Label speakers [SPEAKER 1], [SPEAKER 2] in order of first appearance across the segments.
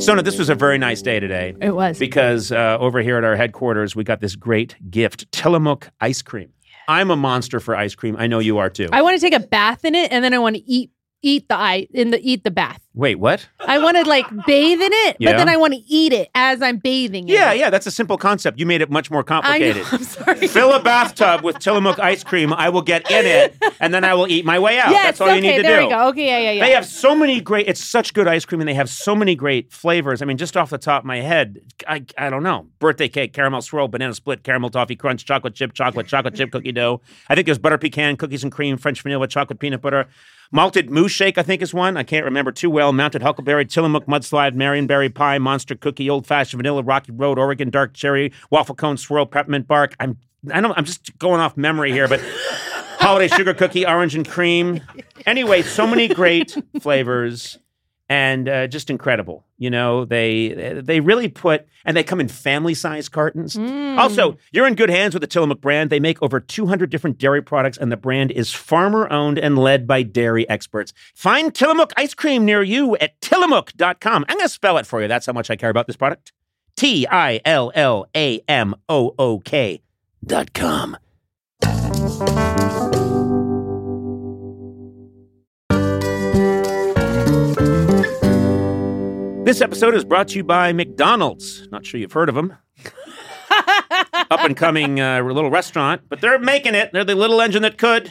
[SPEAKER 1] Sona, this was a very nice day today
[SPEAKER 2] It was.
[SPEAKER 1] because uh, over here at our headquarters, we got this great gift Tillamook ice cream. I'm a monster for ice cream. I know you are too.
[SPEAKER 2] I want to take a bath in it, and then I want to eat eat the I in the eat the bath.
[SPEAKER 1] Wait, what?
[SPEAKER 2] I want to like bathe in it,
[SPEAKER 1] Yeah.
[SPEAKER 2] but then I want to eat it as I'm bathing. in
[SPEAKER 1] Yeah,
[SPEAKER 2] it.
[SPEAKER 1] yeah, that's a simple concept. You made it much more
[SPEAKER 2] I know.
[SPEAKER 1] complicated.
[SPEAKER 2] I'm sorry.
[SPEAKER 1] Fill a bathtub with Tillamook ice cream. I will get in it, and then I will eat my way out.
[SPEAKER 2] yes.
[SPEAKER 1] that's all
[SPEAKER 2] okay.
[SPEAKER 1] you need to
[SPEAKER 2] there
[SPEAKER 1] do.
[SPEAKER 2] we go. Okay. Yeah. Yeah. Yeah.
[SPEAKER 1] They have so many great. It's such good ice cream, and they have so many great flavors. I mean, just off the top of my head, I I don't know. Birthday cake, caramel swirl, banana split, caramel toffee crunch, chocolate chip, chocolate, chocolate chip cookie dough. I think there's butter pecan, cookies and cream, French vanilla, chocolate peanut butter, malted mousse shake. I think is one. I can't remember too well. Mounted huckleberry, Tillamook mudslide, Marionberry pie, monster cookie, old fashioned vanilla, Rocky Road, Oregon dark cherry, waffle cone swirl, peppermint bark. I'm I don't. I'm just going off memory here, but holiday sugar cookie, orange and cream. Anyway, so many great flavors and uh, just incredible. You know, they they really put and they come in family size cartons. Also, you're in good hands with the Tillamook brand. They make over 200 different dairy products, and the brand is farmer owned and led by dairy experts. Find Tillamook ice cream near you at tillamook.com. I'm going to spell it for you. That's how much I care about this product. T I L L A M O O K dot com. This episode is brought to you by McDonald's. Not sure you've heard of them. Up and coming uh, little restaurant, but they're making it. They're the little engine that could.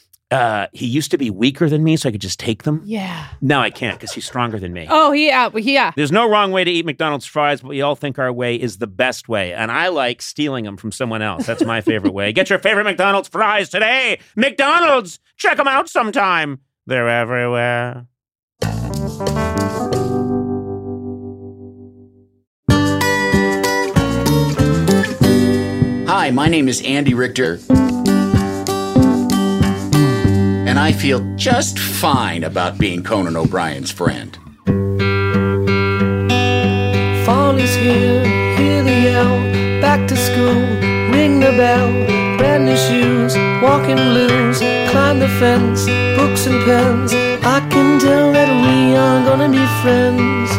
[SPEAKER 1] uh, he used to be weaker than me, so I could just take them.
[SPEAKER 2] Yeah.
[SPEAKER 1] Now I can't because he's stronger than me.
[SPEAKER 2] Oh. He
[SPEAKER 3] uh,
[SPEAKER 2] out. Yeah.
[SPEAKER 1] There's no wrong way to eat McDonald's fries, but we all think our way is the best way. And I like stealing them from someone else. That's my favorite way. Get your favorite McDonald's fries today. McDonald's! Check them out sometime. They're everywhere.
[SPEAKER 4] Hi, my name is Andy Richter. And I feel just fine about being Conan O'Brien's friend.
[SPEAKER 5] Fall is here, hear the yell. Back to school, ring the bell. Brand new shoes, walking blues. Climb the fence, books and pens. I can tell that we are gonna be friends.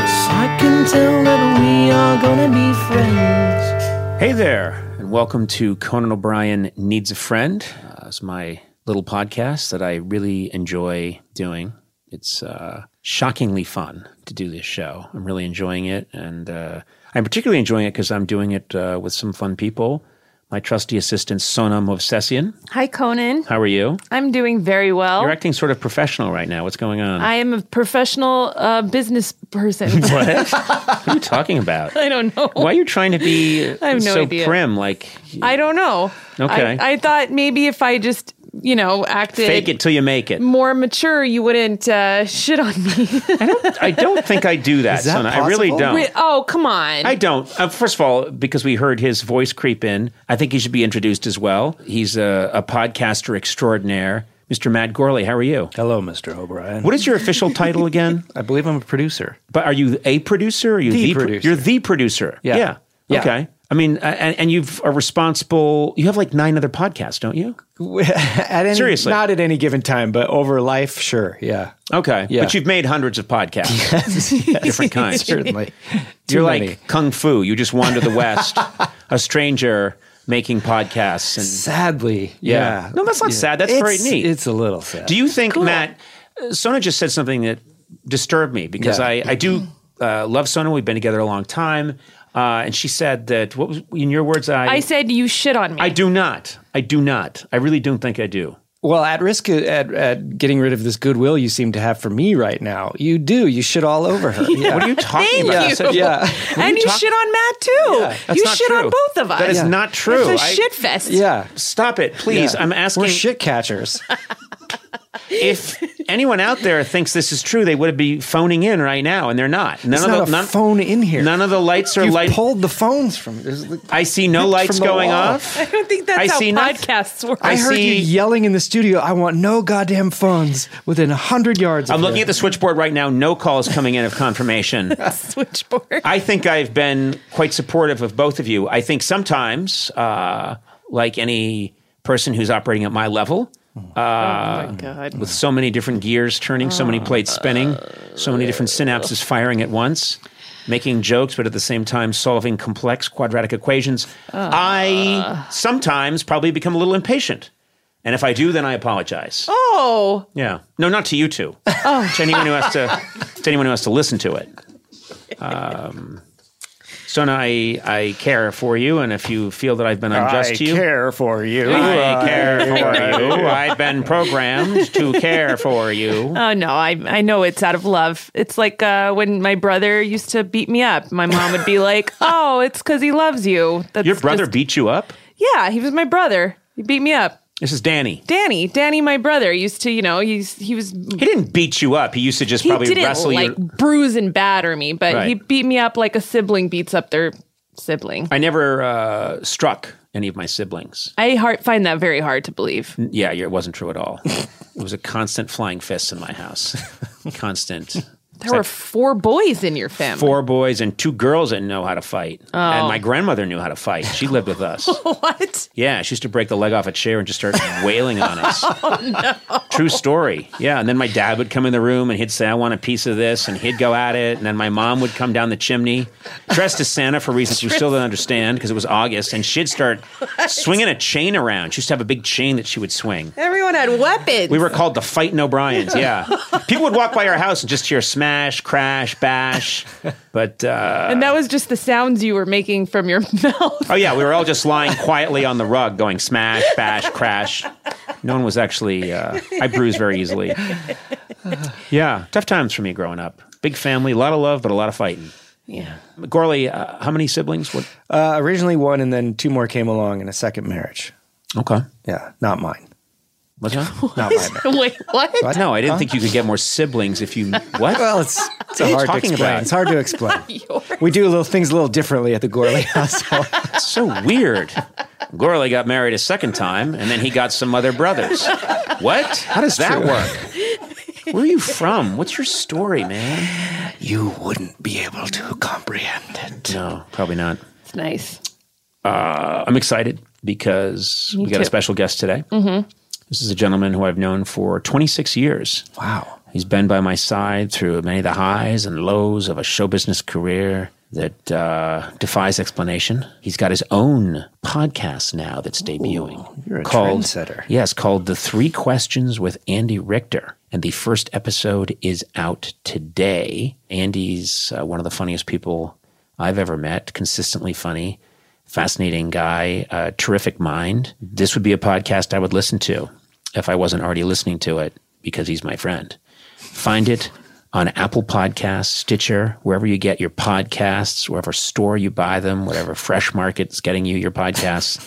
[SPEAKER 5] Yes, I can tell that we are gonna be friends.
[SPEAKER 1] Hey there, and welcome to Conan O'Brien Needs a Friend. Uh, it's my little podcast that I really enjoy doing. It's uh, shockingly fun to do this show. I'm really enjoying it, and uh, I'm particularly enjoying it because I'm doing it uh, with some fun people. My trusty assistant, Sonam Movsesian.
[SPEAKER 2] Hi, Conan.
[SPEAKER 1] How are you?
[SPEAKER 3] I'm doing very well.
[SPEAKER 1] You're acting sort of professional right now. What's going on?
[SPEAKER 3] I am a professional uh, business person.
[SPEAKER 1] what? what are you talking about?
[SPEAKER 3] I don't know.
[SPEAKER 1] Why are you trying to be uh,
[SPEAKER 3] I have no
[SPEAKER 1] so
[SPEAKER 3] idea.
[SPEAKER 1] prim? Like,
[SPEAKER 3] I don't know.
[SPEAKER 1] Okay.
[SPEAKER 3] I, I thought maybe if I just, you know, acted
[SPEAKER 1] fake it till you make it.
[SPEAKER 3] more mature, you wouldn't uh, shit on me.
[SPEAKER 1] I don't think I do that,
[SPEAKER 6] that
[SPEAKER 1] Sona. I really
[SPEAKER 6] possible?
[SPEAKER 1] don't.
[SPEAKER 3] oh, come on.
[SPEAKER 1] I don't. Uh, first of all, because we heard his voice creep in, I think he should be introduced as well. He's a, a podcaster extraordinaire, Mr. Matt Gorley. How are you?
[SPEAKER 6] Hello, Mr. O'Brien.
[SPEAKER 1] What is your official title again?
[SPEAKER 6] I believe I'm a producer.
[SPEAKER 1] But are you a producer? Are you
[SPEAKER 6] The
[SPEAKER 1] pro-
[SPEAKER 6] producer.
[SPEAKER 1] You're the producer.
[SPEAKER 6] Yeah.
[SPEAKER 1] Yeah.
[SPEAKER 6] Yeah.
[SPEAKER 1] Okay. I mean, uh, and, and you've are responsible. You have like nine other podcasts, don't you?
[SPEAKER 6] At any,
[SPEAKER 1] Seriously.
[SPEAKER 6] Not at any given time, but over life, sure. Yeah.
[SPEAKER 1] Okay.
[SPEAKER 6] Yeah.
[SPEAKER 1] But you've made hundreds of podcasts, different kinds.
[SPEAKER 6] Certainly. Too
[SPEAKER 1] You're
[SPEAKER 6] many.
[SPEAKER 1] like kung fu. You just wander the west, a stranger making podcasts and
[SPEAKER 6] Sadly.
[SPEAKER 1] Yeah.
[SPEAKER 6] Yeah.
[SPEAKER 1] No, that's not sad. That's very
[SPEAKER 6] It's-
[SPEAKER 1] neat.
[SPEAKER 6] It's a little sad.
[SPEAKER 1] Do you think, Matt? uh, Sona just said something that disturbed me because
[SPEAKER 6] Yeah.
[SPEAKER 1] I, I do uh, love Sona. We've been together a long time, uh, and she said that what was in your words? I
[SPEAKER 3] I said you shit on me.
[SPEAKER 1] I do not. I do not. I really don't think I do.
[SPEAKER 6] well, at risk of- at, at getting rid of this goodwill you seem to have for me right now, you do. You shit all over her. yeah.
[SPEAKER 1] What are you talking
[SPEAKER 3] Thank
[SPEAKER 1] about?
[SPEAKER 3] you.
[SPEAKER 1] I said-
[SPEAKER 6] Yeah.
[SPEAKER 3] and you,
[SPEAKER 1] talk-
[SPEAKER 3] shit on Matt too.
[SPEAKER 1] that's
[SPEAKER 3] you
[SPEAKER 1] not
[SPEAKER 3] shit
[SPEAKER 1] true.
[SPEAKER 3] on both of us.
[SPEAKER 1] That is not true.
[SPEAKER 3] It's a
[SPEAKER 1] I-
[SPEAKER 3] shit fest.
[SPEAKER 6] Yeah.
[SPEAKER 1] Stop it, please.
[SPEAKER 6] Yeah.
[SPEAKER 1] I'm asking.
[SPEAKER 6] We're shit catchers.
[SPEAKER 1] if anyone out there thinks this is true, they would be phoning in right now, and they're not. None
[SPEAKER 6] There's
[SPEAKER 1] of
[SPEAKER 6] not
[SPEAKER 1] the
[SPEAKER 6] a
[SPEAKER 1] none,
[SPEAKER 6] phone in here.
[SPEAKER 1] None of the lights are
[SPEAKER 6] You
[SPEAKER 1] light.
[SPEAKER 6] pulled the phones from. there's the-
[SPEAKER 1] I see no
[SPEAKER 6] ripped
[SPEAKER 1] lights
[SPEAKER 6] from the
[SPEAKER 1] going
[SPEAKER 6] wall.
[SPEAKER 1] off.
[SPEAKER 3] I don't think that's
[SPEAKER 1] I
[SPEAKER 3] how
[SPEAKER 1] see nothing.
[SPEAKER 3] podcasts work.
[SPEAKER 6] I, heard
[SPEAKER 1] see-
[SPEAKER 6] you yelling in the studio. I want no goddamn phones within a hundred yards.
[SPEAKER 1] I'm
[SPEAKER 6] of
[SPEAKER 1] looking
[SPEAKER 6] here."
[SPEAKER 1] at the switchboard right now. No calls coming in of confirmation.
[SPEAKER 3] switchboard.
[SPEAKER 1] I think I've been quite supportive of both of you. I think sometimes, uh, like any person who's operating at my level, uh,
[SPEAKER 3] oh my god.
[SPEAKER 1] with so many different gears turning, so many plates spinning, so many different synapses firing at once, making jokes, but at the same time solving complex quadratic equations,
[SPEAKER 3] Ah.
[SPEAKER 1] I sometimes probably become a little impatient. And if I do, then I apologize.
[SPEAKER 3] Oh,
[SPEAKER 1] Yeah. No, not to you two. Oh. To anyone who has to, to anyone who has to listen to it. Um, so no, I I care for you, and if you feel that I've been unjust to you,
[SPEAKER 7] care for you.
[SPEAKER 1] I care for you. I've been programmed to care for you.
[SPEAKER 3] oh no! I I know it's out of love. It's like uh, when my brother used to beat me up. My mom would be like, "Oh, it's because he loves you." That's
[SPEAKER 1] Your brother
[SPEAKER 3] just-
[SPEAKER 1] beat you up.
[SPEAKER 3] yeah, he was my brother. He beat me up.
[SPEAKER 1] This is Danny.
[SPEAKER 3] Danny, Danny, my brother used to, you know, he's he was
[SPEAKER 1] He didn't beat you up. He used to just
[SPEAKER 3] he
[SPEAKER 1] probably
[SPEAKER 3] didn't
[SPEAKER 1] wrestle
[SPEAKER 3] like
[SPEAKER 1] you.
[SPEAKER 3] bruise and batter me, but he
[SPEAKER 1] Right.
[SPEAKER 3] beat me up like a sibling beats up their sibling.
[SPEAKER 1] I never uh, struck any of my siblings.
[SPEAKER 3] I heart, find that very hard to believe.
[SPEAKER 1] Yeah, it wasn't true at all. it was a constant flying fist in my house. Constant.
[SPEAKER 3] There were four boys in your family.
[SPEAKER 1] four boys and two girls that know how to fight. And my grandmother knew how to fight. She lived with us.
[SPEAKER 3] What?
[SPEAKER 1] yeah, she used to break the leg off a chair and just start wailing on us. True story. Yeah, and then my dad would come in the room and he'd say, "I want a piece of this," and he'd go at it. And then my mom would come down the chimney, dressed as Santa for reasons we still don't understand because it was August, and she'd start swinging a chain around. She used to have a big chain that she would swing.
[SPEAKER 3] Everyone had weapons.
[SPEAKER 1] We were called the Fightin' O'Briens. Yeah, people would walk by our house and just hear smash, crash, bash. But uh,
[SPEAKER 3] and that was just the sounds you were making from your mouth.
[SPEAKER 1] Oh yeah, we were all just lying quietly on the rug, going smash, bash, crash. No one was actually. Uh, I bruise very easily. Yeah, tough times for me growing up. Big family, a lot of love, but a lot of fighting.
[SPEAKER 3] Yeah.
[SPEAKER 1] Gorley, uh, how many siblings? What?
[SPEAKER 6] uh, originally one, and then two more came along in a second marriage.
[SPEAKER 1] Okay,
[SPEAKER 6] Yeah, not mine.
[SPEAKER 1] what's that?
[SPEAKER 6] Not my marriage.
[SPEAKER 3] Wait, what?
[SPEAKER 6] What?
[SPEAKER 1] No, I didn't think you could get more siblings if you. What?
[SPEAKER 6] Well, it's
[SPEAKER 1] What
[SPEAKER 6] it's
[SPEAKER 1] are you
[SPEAKER 6] hard to
[SPEAKER 1] talking
[SPEAKER 6] explain.
[SPEAKER 1] about?
[SPEAKER 6] It's hard to explain. we do little things a little differently at the Gorley household.
[SPEAKER 1] That's so weird. Gorley got married a second time, and then he got some other brothers. What? How does that work? Where are you from? What's your story, man?
[SPEAKER 6] you wouldn't be able to comprehend it.
[SPEAKER 1] No, probably not.
[SPEAKER 3] It's nice.
[SPEAKER 1] I'm excited because we got a
[SPEAKER 3] too.
[SPEAKER 1] special guest today. This is a gentleman who I've known for 26 years.
[SPEAKER 6] Wow.
[SPEAKER 1] He's been by my side through many of the highs and lows of a show business career that uh, defies explanation. He's got his own podcast now that's debuting.
[SPEAKER 6] you're a trendsetter.
[SPEAKER 1] Yes, called The Three Questions with Andy Richter. And the first episode is out today. Andy's uh, one of the funniest people I've ever met, consistently funny, fascinating guy, uh, terrific mind. This would be a podcast I would listen to if I wasn't already listening to it because he's my friend. Find it on Apple Podcasts, Stitcher, wherever you get your podcasts, wherever store you buy them, whatever fresh market's getting you your podcasts.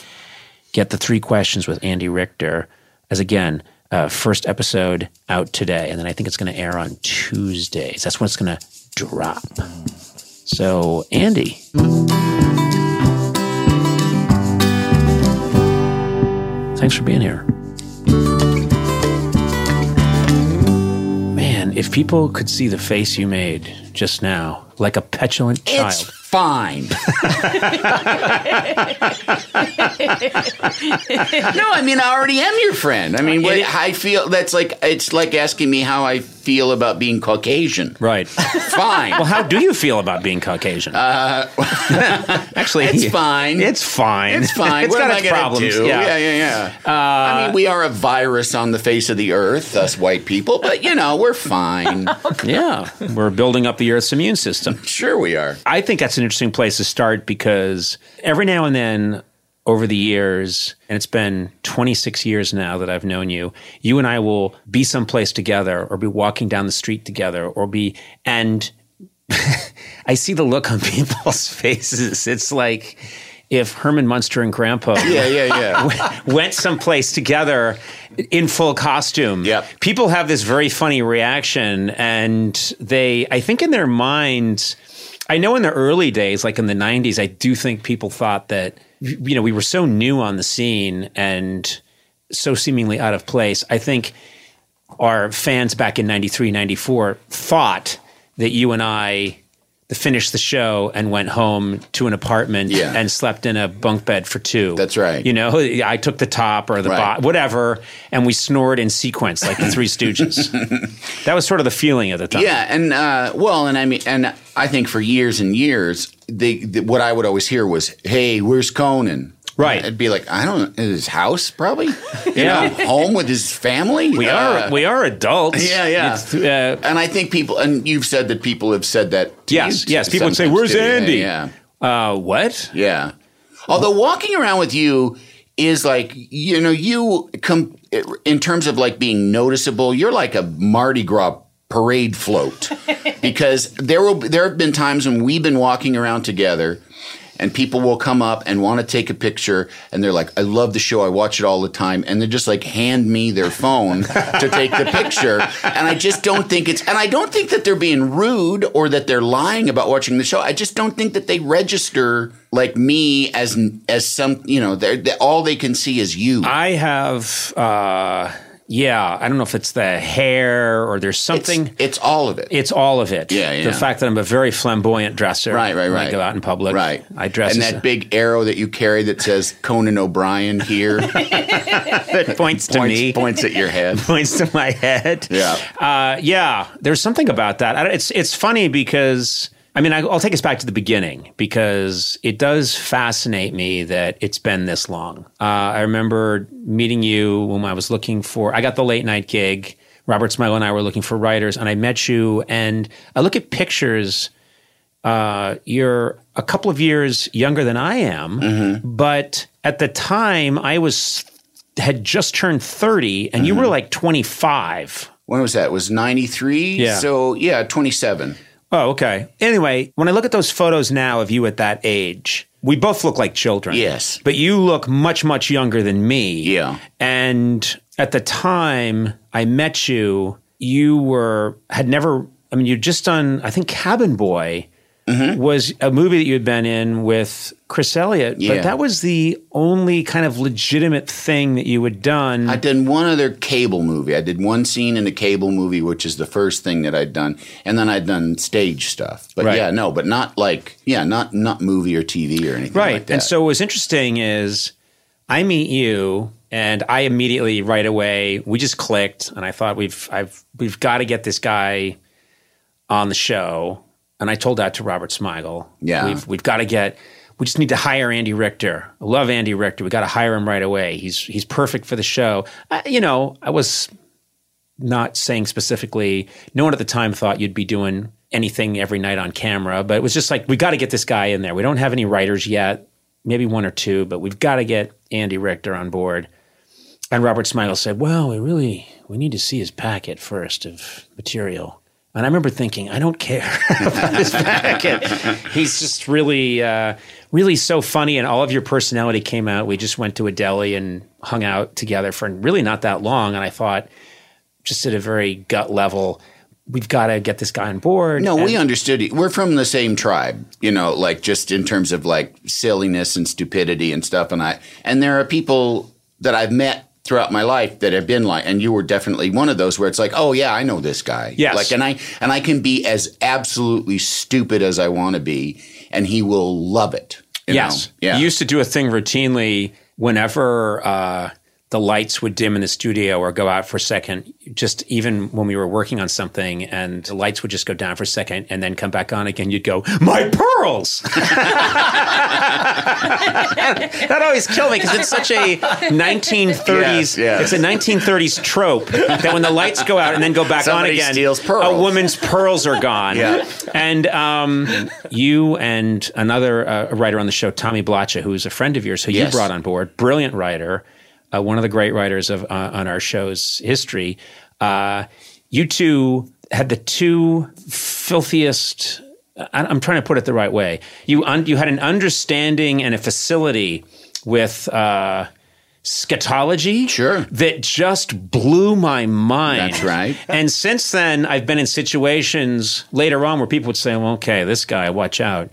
[SPEAKER 1] Get the three questions with Andy Richter as again, uh, first episode out today. And then I think it's going to air on Tuesdays. That's when it's going to drop. So, Andy, thanks for being here. Man, if people could see the face you made just now, like a petulant child.
[SPEAKER 4] It's fine. no, I mean I already am your friend. I mean, what, I feel that's like it's like asking me how I feel about being Caucasian.
[SPEAKER 1] Right.
[SPEAKER 4] Fine.
[SPEAKER 1] Well, how do you feel about being Caucasian? Uh, Actually,
[SPEAKER 4] It's fine.
[SPEAKER 1] It's fine.
[SPEAKER 4] It's fine.
[SPEAKER 1] it's
[SPEAKER 4] what
[SPEAKER 1] got
[SPEAKER 4] am
[SPEAKER 1] its
[SPEAKER 4] I gonna
[SPEAKER 1] problems.
[SPEAKER 4] do?
[SPEAKER 1] Yeah. Uh,
[SPEAKER 4] yeah, yeah. yeah. I mean, we are a virus on the face of the earth, us white people, but you know, we're fine.
[SPEAKER 1] Yeah. We're building up the Earth's immune system.
[SPEAKER 4] sure, we are.
[SPEAKER 1] I think that's an interesting place to start because every now and then over the years, and it's been 26 years now that I've known you, you and I will be someplace together or be walking down the street together or be, and I see the look on people's faces. It's like, if Herman Munster and Grandpa
[SPEAKER 4] Yeah, yeah, yeah.
[SPEAKER 1] went someplace together in full costume.
[SPEAKER 4] Yep.
[SPEAKER 1] People have this very funny reaction, and they, I think, in their minds, I know in the early days, like in the 90s, I do think people thought that, you know, we were so new on the scene and so seemingly out of place. I think our fans back in 93, 94 thought that you and I finished the show and went home to an apartment
[SPEAKER 4] Yeah.
[SPEAKER 1] and slept in a bunk bed for two.
[SPEAKER 4] That's right.
[SPEAKER 1] You know, I took the top or the
[SPEAKER 4] Right.
[SPEAKER 1] bottom, whatever, and we snored in sequence like the Three Stooges. that was sort of the feeling at the time.
[SPEAKER 4] Yeah, and uh, well, and I mean, and I think for years and years, the, the what I would always hear was, "Hey, where's Conan?"
[SPEAKER 1] Right.
[SPEAKER 4] I'd be like, "I don't in his house, probably. You
[SPEAKER 1] Yeah.
[SPEAKER 4] know, home with his family.
[SPEAKER 1] We
[SPEAKER 4] Uh,
[SPEAKER 1] are we are adults.
[SPEAKER 4] Yeah, yeah.
[SPEAKER 1] It's, uh,
[SPEAKER 4] And I think people, and you've said that people have said that. To
[SPEAKER 1] yes,
[SPEAKER 4] you
[SPEAKER 1] yes. People would say,
[SPEAKER 4] sometimes
[SPEAKER 1] "Where's
[SPEAKER 4] too." Yeah,
[SPEAKER 1] Andy?"
[SPEAKER 4] Yeah,
[SPEAKER 1] Uh, what?
[SPEAKER 4] yeah. Although walking around with you is like you know you come in terms of like being noticeable. You're like a Mardi Gras parade float because there will there have been times when we've been walking around together. And people will come up and want to take a picture, and they're like, "I love the show. I watch it all the time." And they just like hand me their phone to take the picture, and I just don't think it's. And I don't think that they're being rude or that they're lying about watching the show. I just don't think that they register like me as as some you know they're, they all they can see is you.
[SPEAKER 1] I have. Uh, yeah, I don't know if it's the hair or there's
[SPEAKER 4] it's,
[SPEAKER 1] something.
[SPEAKER 4] it's all of it.
[SPEAKER 1] It's all of it.
[SPEAKER 4] Yeah, yeah.
[SPEAKER 1] The fact that I'm a very flamboyant dresser.
[SPEAKER 4] Right, right,
[SPEAKER 1] when
[SPEAKER 4] right.
[SPEAKER 1] I go out in public.
[SPEAKER 4] Right.
[SPEAKER 1] I dress
[SPEAKER 4] And
[SPEAKER 1] as
[SPEAKER 4] that
[SPEAKER 1] a,
[SPEAKER 4] big arrow that you carry that says Conan O'Brien here
[SPEAKER 1] that points to
[SPEAKER 4] points,
[SPEAKER 1] me.
[SPEAKER 4] points at your head.
[SPEAKER 1] points to my head.
[SPEAKER 4] Yeah.
[SPEAKER 1] uh, yeah. There's something about that. I don't, it's it's funny because I mean I, I'll take us back to the beginning because it does fascinate me that it's been this long. Uh, I remember meeting you when I was looking for. I got the late night gig. Robert Smilo and I were looking for writers, and I met you. And I look at pictures. Uh, you're a couple of years younger than I am, but at the time I was had just turned 30 and you were like 25.
[SPEAKER 4] When was that? It was ninety three.
[SPEAKER 1] Yeah.
[SPEAKER 4] So yeah, twenty seven.
[SPEAKER 1] Oh, okay. Anyway, when I look at those photos now of you at that age, we both look like children.
[SPEAKER 4] Yes.
[SPEAKER 1] But you look much, much younger than me.
[SPEAKER 4] Yeah.
[SPEAKER 1] And at the time I met you, you were, had never, I mean, you'd just done, I think Cabin Boy
[SPEAKER 4] Mm-hmm.
[SPEAKER 1] was a movie that you had been in with Chris Elliott.
[SPEAKER 4] Yeah.
[SPEAKER 1] But that was the only kind of legitimate thing that you had done.
[SPEAKER 4] I did one other cable movie. I did one scene in a cable movie, which is the first thing that I'd done, and then I'd done stage stuff. But
[SPEAKER 1] Right.
[SPEAKER 4] yeah, no, but not like yeah, not not movie or TV or anything
[SPEAKER 1] right
[SPEAKER 4] like that.
[SPEAKER 1] and so what's interesting is i meet you and i immediately right away we just clicked and i thought we've i've we've got to get this guy on the show and i told that to robert smigel
[SPEAKER 4] Yeah.
[SPEAKER 1] we've we've got to get we just need to hire Andy Richter. I love Andy Richter. We got to hire him right away. He's he's perfect for the show. I, you know, I was not saying specifically. No one at the time thought you'd be doing anything every night on camera, but it was just like we got to get this guy in there. We don't have any writers yet, maybe one or two, but we've got to get Andy Richter on board. And Robert Smigel said, "Well, we really we need to see his packet first of material." And I remember thinking, "I don't care about his packet. He's just really, uh, really so funny, and all of your personality came out. We just went to a deli and hung out together for really not that long, and I thought, just at a very gut level, we've got to get this guy on board.
[SPEAKER 4] No,
[SPEAKER 1] And-
[SPEAKER 4] we understood. it. We're from the same tribe, you know, like just in terms of like silliness and stupidity and stuff. And I and there are people that I've met throughout my life that have been like, and you were definitely one of those where it's like, oh yeah, I know this guy.
[SPEAKER 1] Yes.
[SPEAKER 4] Like, and I and I can be as absolutely stupid as I want to be, and he will love it. you
[SPEAKER 1] yes.
[SPEAKER 4] know? Yeah.
[SPEAKER 1] You used to do a thing routinely whenever uh, the lights would dim in the studio or go out for a second, just even when we were working on something and the lights would just go down for a second and then come back on again, you'd go, My pearls. that always killed me because it's such a 1930s
[SPEAKER 4] Yes, yes.
[SPEAKER 1] it's a 1930s trope that when the lights go out and then go back
[SPEAKER 4] Somebody
[SPEAKER 1] on again
[SPEAKER 4] steals
[SPEAKER 1] a
[SPEAKER 4] pearls.
[SPEAKER 1] woman's pearls are gone
[SPEAKER 4] Yeah.
[SPEAKER 1] and um, you and another uh, writer on the show tommy blacha who's a friend of yours who
[SPEAKER 4] Yes.
[SPEAKER 1] you brought on board brilliant writer uh, one of the great writers of uh, on our show's history uh, you two had the two filthiest I- I'm trying to put it the right way. You un, you had an understanding and a facility with uh, scatology,
[SPEAKER 4] Sure.
[SPEAKER 1] that just blew my mind.
[SPEAKER 4] That's right.
[SPEAKER 1] And since then, I've been in situations later on where people would say, "Well, okay, this guy, watch out.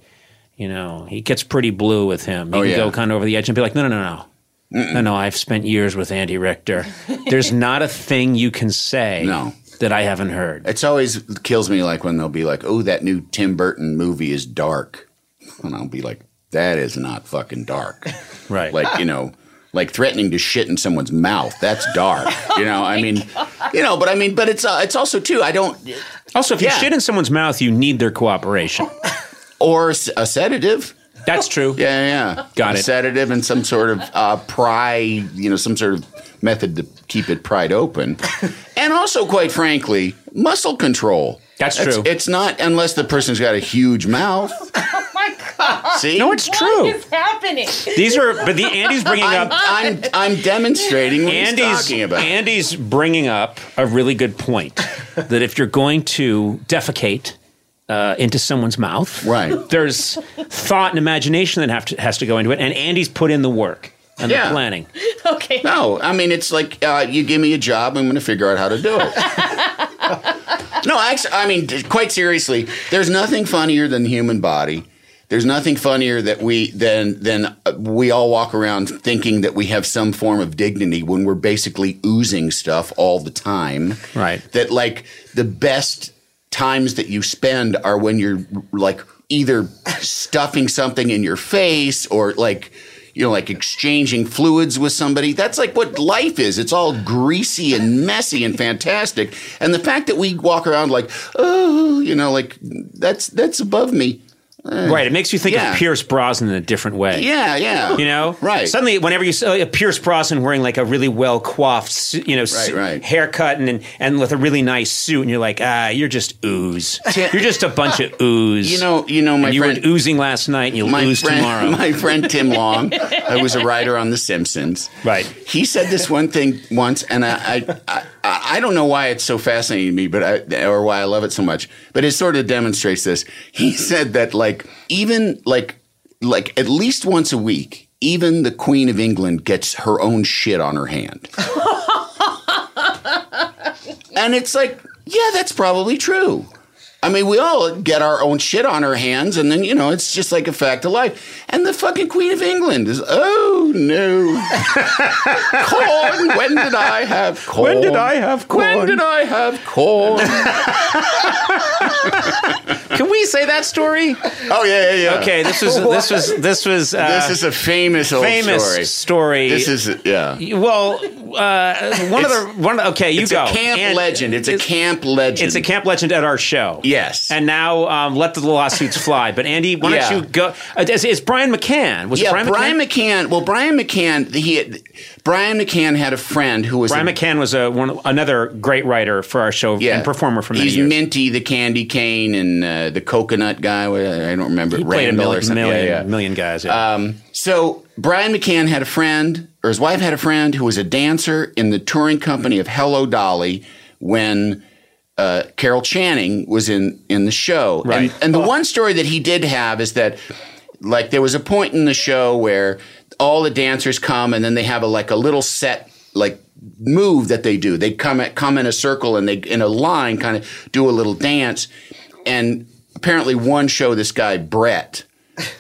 [SPEAKER 1] You know, he gets pretty blue with him. You
[SPEAKER 4] Oh,
[SPEAKER 1] can
[SPEAKER 4] yeah.
[SPEAKER 1] go kind of over the edge and be like, no, no, no, no." No, no, I've spent years with Andy Richter. There's not a thing you can say
[SPEAKER 4] No.
[SPEAKER 1] that I haven't heard.
[SPEAKER 4] It's always kills me like when they'll be like, "Oh, that new Tim Burton movie is dark," and I'll be like, "That is not fucking dark."
[SPEAKER 1] Right.
[SPEAKER 4] like you know, like threatening to shit in someone's mouth. That's dark. You
[SPEAKER 7] Oh
[SPEAKER 4] know, I mean, you know, but I mean, but it's uh, it's also too. I don't
[SPEAKER 1] also, if
[SPEAKER 4] Yeah.
[SPEAKER 1] you shit in someone's mouth, you need their cooperation.
[SPEAKER 4] or s- a sedative.
[SPEAKER 1] That's true.
[SPEAKER 4] Yeah, yeah,
[SPEAKER 1] Got
[SPEAKER 4] a
[SPEAKER 1] it.
[SPEAKER 4] Sedative and some sort of uh, pry, you know, some sort of method to keep it pried open, and also, quite frankly, muscle control.
[SPEAKER 1] That's
[SPEAKER 4] It's-
[SPEAKER 1] true.
[SPEAKER 4] It's not unless the person's got a huge mouth.
[SPEAKER 7] Oh my god.
[SPEAKER 4] See,
[SPEAKER 1] No, it's
[SPEAKER 7] What
[SPEAKER 1] true.
[SPEAKER 7] is happening?
[SPEAKER 1] These are, but the Andy's bringing
[SPEAKER 4] I'm,
[SPEAKER 1] up.
[SPEAKER 4] I'm, I'm demonstrating what he's
[SPEAKER 1] Andy's,
[SPEAKER 4] talking about.
[SPEAKER 1] Andy's bringing up a really good point that if you're going to defecate uh, into someone's mouth,
[SPEAKER 4] Right.
[SPEAKER 1] there's thought and imagination that have to, has to go into it. And Andy's put in the work and
[SPEAKER 4] Yeah.
[SPEAKER 1] the planning.
[SPEAKER 7] Okay.
[SPEAKER 4] no, I mean it's like uh, you give me a job, I'm going to figure out how to do it. no, actually, I mean d- quite seriously, there's nothing funnier than the human body. There's nothing funnier that we than than uh, we all walk around thinking that we have some form of dignity when we're basically oozing stuff all the time.
[SPEAKER 1] Right.
[SPEAKER 4] That like the best times that you spend are when you're like either stuffing something in your face or like you know like exchanging fluids with somebody that's like what life is it's all greasy and messy and fantastic and the fact that we walk around like oh you know like that's that's above me
[SPEAKER 1] Right. It makes you think
[SPEAKER 4] Yeah.
[SPEAKER 1] of Pierce Brosnan in a different way.
[SPEAKER 4] yeah yeah
[SPEAKER 1] You know,
[SPEAKER 4] Right.
[SPEAKER 1] Suddenly, whenever you see a Pierce Brosnan wearing like a really well coiffed, su- you know, su-
[SPEAKER 4] right.
[SPEAKER 1] haircut and, and and with a really nice suit, and you're like, ah, you're just ooze. You're just a bunch of ooze.
[SPEAKER 4] you know you know my
[SPEAKER 1] and you
[SPEAKER 4] friend
[SPEAKER 1] were oozing last night, and you'll ooze
[SPEAKER 4] friend,
[SPEAKER 1] tomorrow.
[SPEAKER 4] My friend Tim Long, who was a writer on The Simpsons.
[SPEAKER 1] Right.
[SPEAKER 4] He said this one thing once, and I, I, I, I don't know why it's so fascinating to me, but I, or why I love it so much. But it sort of demonstrates this. He said that like even like like at least once a week, even the Queen of England gets her own shit on her hand. And it's like, yeah, that's probably true. I mean, we all get our own shit on our hands, and then, you know, it's just like a fact of life. And the fucking Queen of England is, oh no. corn, when did I have corn?
[SPEAKER 1] Oh. When did I have corn?
[SPEAKER 4] When did I have corn?
[SPEAKER 1] Can we say that story?
[SPEAKER 4] oh, yeah, yeah, yeah.
[SPEAKER 1] Okay, this was this was this was uh,
[SPEAKER 4] This is a famous old
[SPEAKER 1] famous
[SPEAKER 4] story.
[SPEAKER 1] story.
[SPEAKER 4] This is, yeah.
[SPEAKER 1] well, uh, one of the one. of the- Okay, you
[SPEAKER 4] It's
[SPEAKER 1] go.
[SPEAKER 4] a camp
[SPEAKER 1] And
[SPEAKER 4] legend. It's, a camp legend.
[SPEAKER 1] It's a camp legend at our show.
[SPEAKER 4] Yes.
[SPEAKER 1] And now um, let the lawsuits fly. But Andy, why
[SPEAKER 4] Yeah.
[SPEAKER 1] don't you go? Uh, it's, it's Brian McCann. Was it
[SPEAKER 4] Yeah,
[SPEAKER 1] Brian,
[SPEAKER 4] Brian McCann. Well, Brian McCann. He had, Brian McCann had a friend who was
[SPEAKER 1] Brian
[SPEAKER 4] a,
[SPEAKER 1] McCann was a, one, another great writer for our show and performer for many
[SPEAKER 4] He's
[SPEAKER 1] years.
[SPEAKER 4] Minty, the candy cane, and uh, the coconut guy. wh- I don't remember.
[SPEAKER 1] he played a
[SPEAKER 4] Randall or
[SPEAKER 1] million,
[SPEAKER 4] something. Yeah,
[SPEAKER 1] million,
[SPEAKER 4] yeah. Uh,
[SPEAKER 1] million guys. yeah.
[SPEAKER 4] So Brian McCann had a friend, or his wife had a friend, who was a dancer in the touring company of Hello Dolly when uh, Carol Channing was in in the show.
[SPEAKER 1] Right.
[SPEAKER 4] And, and the one story that he did have is that, like, there was a point in the show where all the dancers come and then they have a like a little set like move that they do. They come at, come in a circle and they in a line kind of do a little dance. And apparently, one show this guy Brett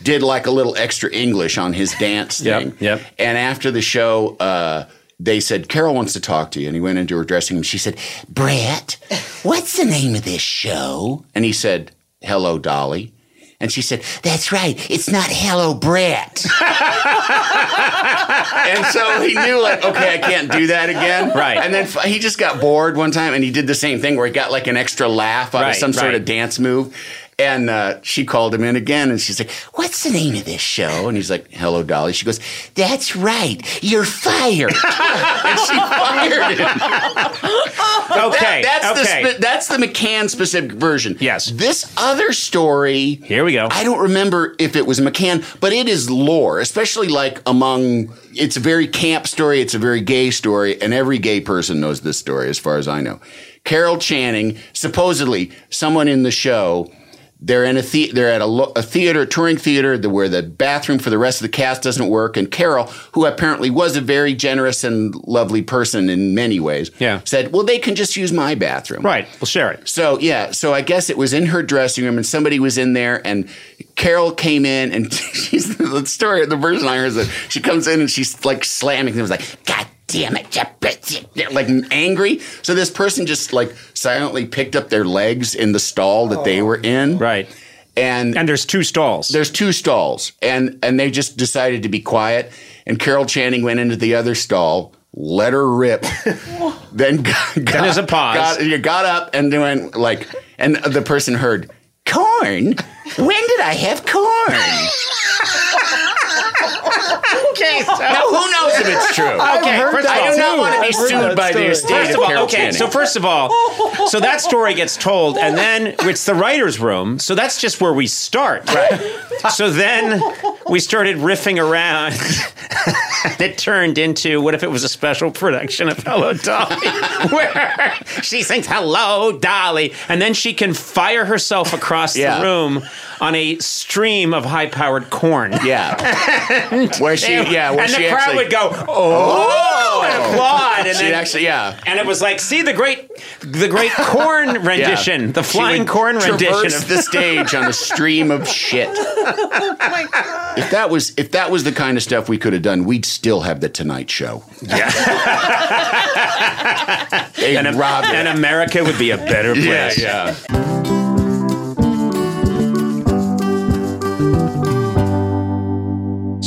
[SPEAKER 4] did like a little extra English on his dance
[SPEAKER 1] Yep,
[SPEAKER 4] thing.
[SPEAKER 1] yep.
[SPEAKER 4] And after the show, uh, they said, Carol wants to talk to you. And he went into her dressing room. She said, Brett, what's the name of this show? And he said, Hello, Dolly. And she said, That's right. It's not Hello, Brett. and so he knew, like, okay, I can't do that again.
[SPEAKER 1] Right.
[SPEAKER 4] And then f- he just got bored one time and he did the same thing where he got like an extra laugh out
[SPEAKER 1] Right,
[SPEAKER 4] of some sort
[SPEAKER 1] right.
[SPEAKER 4] of dance move. And uh, she called him in again and she's like, What's the name of this show? And he's like, Hello, Dolly. She goes, That's right. You're fired. and she fired him.
[SPEAKER 1] okay,
[SPEAKER 4] That- that's,
[SPEAKER 1] okay.
[SPEAKER 4] the spe- that's the McCann specific version.
[SPEAKER 1] Yes.
[SPEAKER 4] This other story.
[SPEAKER 1] Here we go.
[SPEAKER 4] I don't remember if it was McCann, but it is lore, especially like among. It's a very camp story. It's a very gay story, and every gay person knows this story, as far as I know. Carol Channing, supposedly someone in the show They're in a the- they're at a, lo- a theater, a touring theater, the- where the bathroom for the rest of the cast doesn't work. And Carol, who apparently was a very generous and lovely person in many ways,
[SPEAKER 1] Yeah.
[SPEAKER 4] said, "Well, they can just use my bathroom."
[SPEAKER 1] Right. We'll share it.
[SPEAKER 4] So yeah, so I guess it was in her dressing room, and somebody was in there, and Carol came in, and she's the story. The version I heard is that she comes in and she's like slamming. things like, God damn it, you bitch," you- like angry. So this person just like silently picked up their legs in the stall that they were in,
[SPEAKER 1] Oh. Right.
[SPEAKER 4] And
[SPEAKER 1] And there's two stalls.
[SPEAKER 4] there's two stalls, and and they just decided to be quiet. And Carol Channing went into the other stall, let her rip, then got, got,
[SPEAKER 1] there's a pause.
[SPEAKER 4] Got, you got up and then went like, and the person heard corn. When did I have corn?
[SPEAKER 1] okay. So,
[SPEAKER 4] now who knows if it's true?
[SPEAKER 1] okay. First of
[SPEAKER 4] I
[SPEAKER 1] all,
[SPEAKER 4] do not want to be
[SPEAKER 6] I've heard
[SPEAKER 4] sued
[SPEAKER 6] that
[SPEAKER 4] by the
[SPEAKER 6] story.
[SPEAKER 4] estate
[SPEAKER 1] First
[SPEAKER 4] of,
[SPEAKER 1] of all,
[SPEAKER 4] Carol
[SPEAKER 1] okay.
[SPEAKER 4] Channing.
[SPEAKER 1] So first of all, so that story gets told, and then it's the writers' room. So that's just where we start. Right. so then we started riffing around. and it turned into what if it was a special production of Hello Dolly, where she sings Hello Dolly, and then she can fire herself across
[SPEAKER 4] Yeah.
[SPEAKER 1] the room on a stream of high-powered corn.
[SPEAKER 4] yeah, where she yeah, where
[SPEAKER 1] and
[SPEAKER 4] she
[SPEAKER 1] the crowd
[SPEAKER 4] actually,
[SPEAKER 1] would go, oh, and applaud. And
[SPEAKER 4] She
[SPEAKER 1] then,
[SPEAKER 4] actually yeah.
[SPEAKER 1] and it was like, see the great, the great corn rendition, the
[SPEAKER 4] She
[SPEAKER 1] flying
[SPEAKER 4] would
[SPEAKER 1] corn rendition.
[SPEAKER 4] traverse
[SPEAKER 1] Of,
[SPEAKER 4] the stage on a stream of shit. If that was if that was the kind of stuff we could have done, we'd still have the Tonight Show. they
[SPEAKER 1] and,
[SPEAKER 4] robbed it.
[SPEAKER 1] and America would be a better place.
[SPEAKER 4] yeah.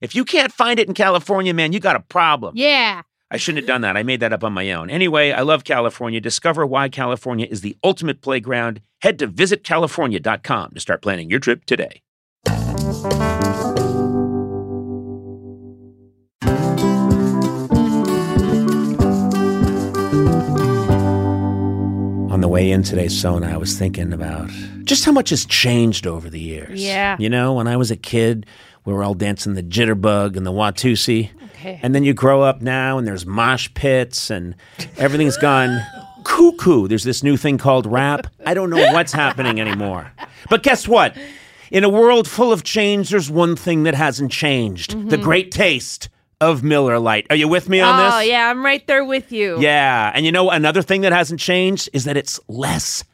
[SPEAKER 1] if you can't find it in California, man, you got a problem.
[SPEAKER 2] yeah.
[SPEAKER 1] I shouldn't have done that. I made that up on my own. Anyway, I love California. Discover why California is the ultimate playground. Head to visitcalifornia.com to start planning your trip today. On the way in today, Sona, I was thinking about just how much has changed over the years.
[SPEAKER 2] Yeah.
[SPEAKER 1] You know, when I was a kid, we were all dancing the jitterbug and the Watusi.
[SPEAKER 2] Okay.
[SPEAKER 1] And then you grow up now and there's mosh pits and everything's gone cuckoo. There's this new thing called rap. I don't know what's happening anymore. But guess what? In a world full of change, there's one thing that hasn't changed the great taste of Miller Lite. Are you with me on
[SPEAKER 2] Mm-hmm. Oh,
[SPEAKER 1] this?
[SPEAKER 2] yeah. I'm right there with you.
[SPEAKER 1] Yeah. And you know, another thing that hasn't changed is that it's less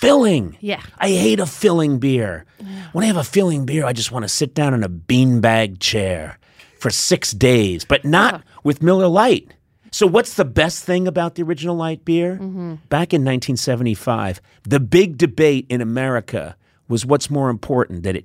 [SPEAKER 1] filling.
[SPEAKER 2] Yeah.
[SPEAKER 1] I hate a filling beer. When I have a filling beer, I just want to sit down in a beanbag chair for six days, but not
[SPEAKER 2] Uh-huh.
[SPEAKER 1] with Miller Lite. So, what's the best thing about the original light beer?
[SPEAKER 2] Mm-hmm.
[SPEAKER 1] Back in 1975, the big debate in America was what's more important that it,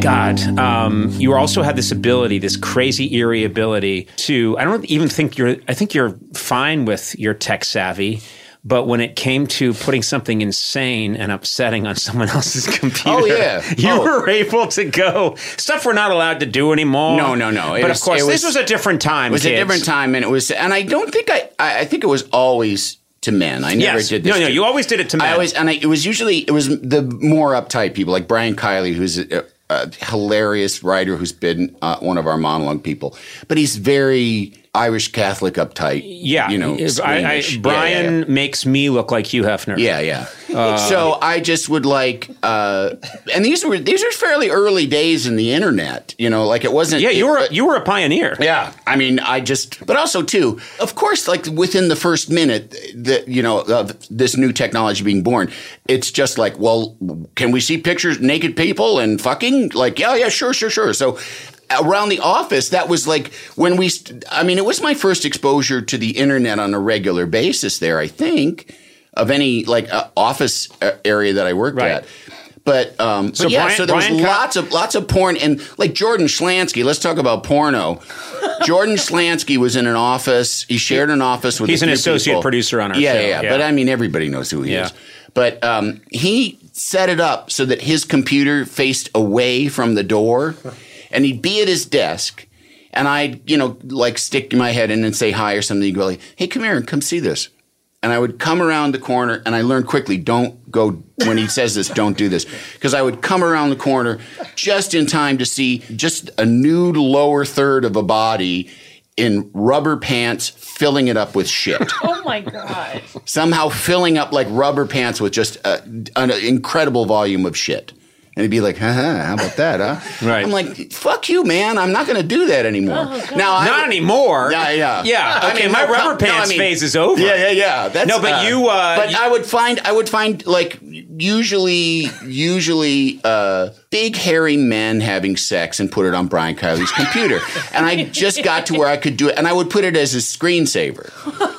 [SPEAKER 1] God, um, you also had this ability, this crazy eerie ability to. I don't even think you're. I think you're fine with your tech savvy, but when it came to putting something insane and upsetting on someone else's computer,
[SPEAKER 4] Oh, yeah.
[SPEAKER 1] you
[SPEAKER 4] Oh.
[SPEAKER 1] were able to go stuff we're not allowed to do anymore.
[SPEAKER 4] No, no, no. It
[SPEAKER 1] but
[SPEAKER 4] was-
[SPEAKER 1] of course,
[SPEAKER 4] it
[SPEAKER 1] this
[SPEAKER 4] was-
[SPEAKER 1] was a different time.
[SPEAKER 4] It was a
[SPEAKER 1] kids.
[SPEAKER 4] different time, and it was, and I don't think I, I, I think it was always to men. I never
[SPEAKER 1] Yes.
[SPEAKER 4] did this.
[SPEAKER 1] no, no.
[SPEAKER 4] to-
[SPEAKER 1] You always did it to me.
[SPEAKER 4] I always, and I, it was usually it was the more uptight people, like Brian Kiley, who's a, a hilarious writer who's been uh, one of our monologue people, but he's very Irish Catholic uptight.
[SPEAKER 1] yeah.
[SPEAKER 4] you
[SPEAKER 1] I,
[SPEAKER 4] know,
[SPEAKER 1] I,
[SPEAKER 4] squeamish. Yeah,
[SPEAKER 1] Brian Uh,
[SPEAKER 4] yeah, yeah.
[SPEAKER 1] makes me look like Hugh Hefner.
[SPEAKER 4] Yeah, yeah. so I just would like, uh, and these were these are fairly early days in the internet. You know, like it wasn't.
[SPEAKER 1] yeah. You were
[SPEAKER 4] it-
[SPEAKER 1] you were a pioneer.
[SPEAKER 4] yeah, I mean, I just, but also too, of course, like within the first minute, that you know, of this new technology being born, it's just like, well, can we see pictures naked people and fucking? Like, yeah, yeah, sure, sure, sure. So. Around the office, that was like when we, st- I mean, it was my first exposure to the internet on a regular basis there, I think, of any like uh, office uh, area that I worked
[SPEAKER 1] Right.
[SPEAKER 4] at. But, um,
[SPEAKER 1] So
[SPEAKER 4] but yeah,
[SPEAKER 1] Brian-
[SPEAKER 4] so there was
[SPEAKER 1] Brian Cox-
[SPEAKER 4] lots of lots of porn and like Jordan Schlansky. Let's talk about porno. Jordan Schlansky was in an office. He shared an office with.
[SPEAKER 1] He's
[SPEAKER 4] a
[SPEAKER 1] an
[SPEAKER 4] few
[SPEAKER 1] associate
[SPEAKER 4] people.
[SPEAKER 1] producer on our
[SPEAKER 4] yeah,
[SPEAKER 1] show,
[SPEAKER 4] Yeah, yeah,
[SPEAKER 1] yeah.
[SPEAKER 4] But I mean, everybody knows who he
[SPEAKER 1] Yeah.
[SPEAKER 4] is. But um, he set it up so that his computer faced away from the door, and he'd be at his desk. And I'd, you know, like stick my head in and say hi or something. He'd go like, "Hey, come here and come see this." and I would come around the corner, and I learned quickly: don't go when he says this. Don't do this, because I would come around the corner just in time to see just a nude lower third of a body in rubber pants, filling it up with shit.
[SPEAKER 7] Oh my god.
[SPEAKER 4] Somehow filling up like rubber pants with just a, an incredible volume of shit. And he'd be like, huh, huh, how about that, huh?
[SPEAKER 1] Right.
[SPEAKER 4] I'm like, fuck you, man. I'm not going to do that anymore.
[SPEAKER 7] Oh,
[SPEAKER 4] now, I,
[SPEAKER 1] Not anymore.
[SPEAKER 4] Yeah, yeah.
[SPEAKER 1] Yeah.
[SPEAKER 4] I
[SPEAKER 1] Okay,
[SPEAKER 4] mean,
[SPEAKER 1] my
[SPEAKER 4] no,
[SPEAKER 1] rubber
[SPEAKER 4] no, I
[SPEAKER 1] pants
[SPEAKER 4] mean-
[SPEAKER 1] phase is over.
[SPEAKER 4] Yeah, yeah, yeah. That's,
[SPEAKER 1] No, but you, uh,
[SPEAKER 4] but
[SPEAKER 1] you-
[SPEAKER 4] I would find. I would find like usually, usually, uh, big hairy men having sex and put it on Brian Kiley's computer, and I just got to where I could do it, and I would put it as a screensaver,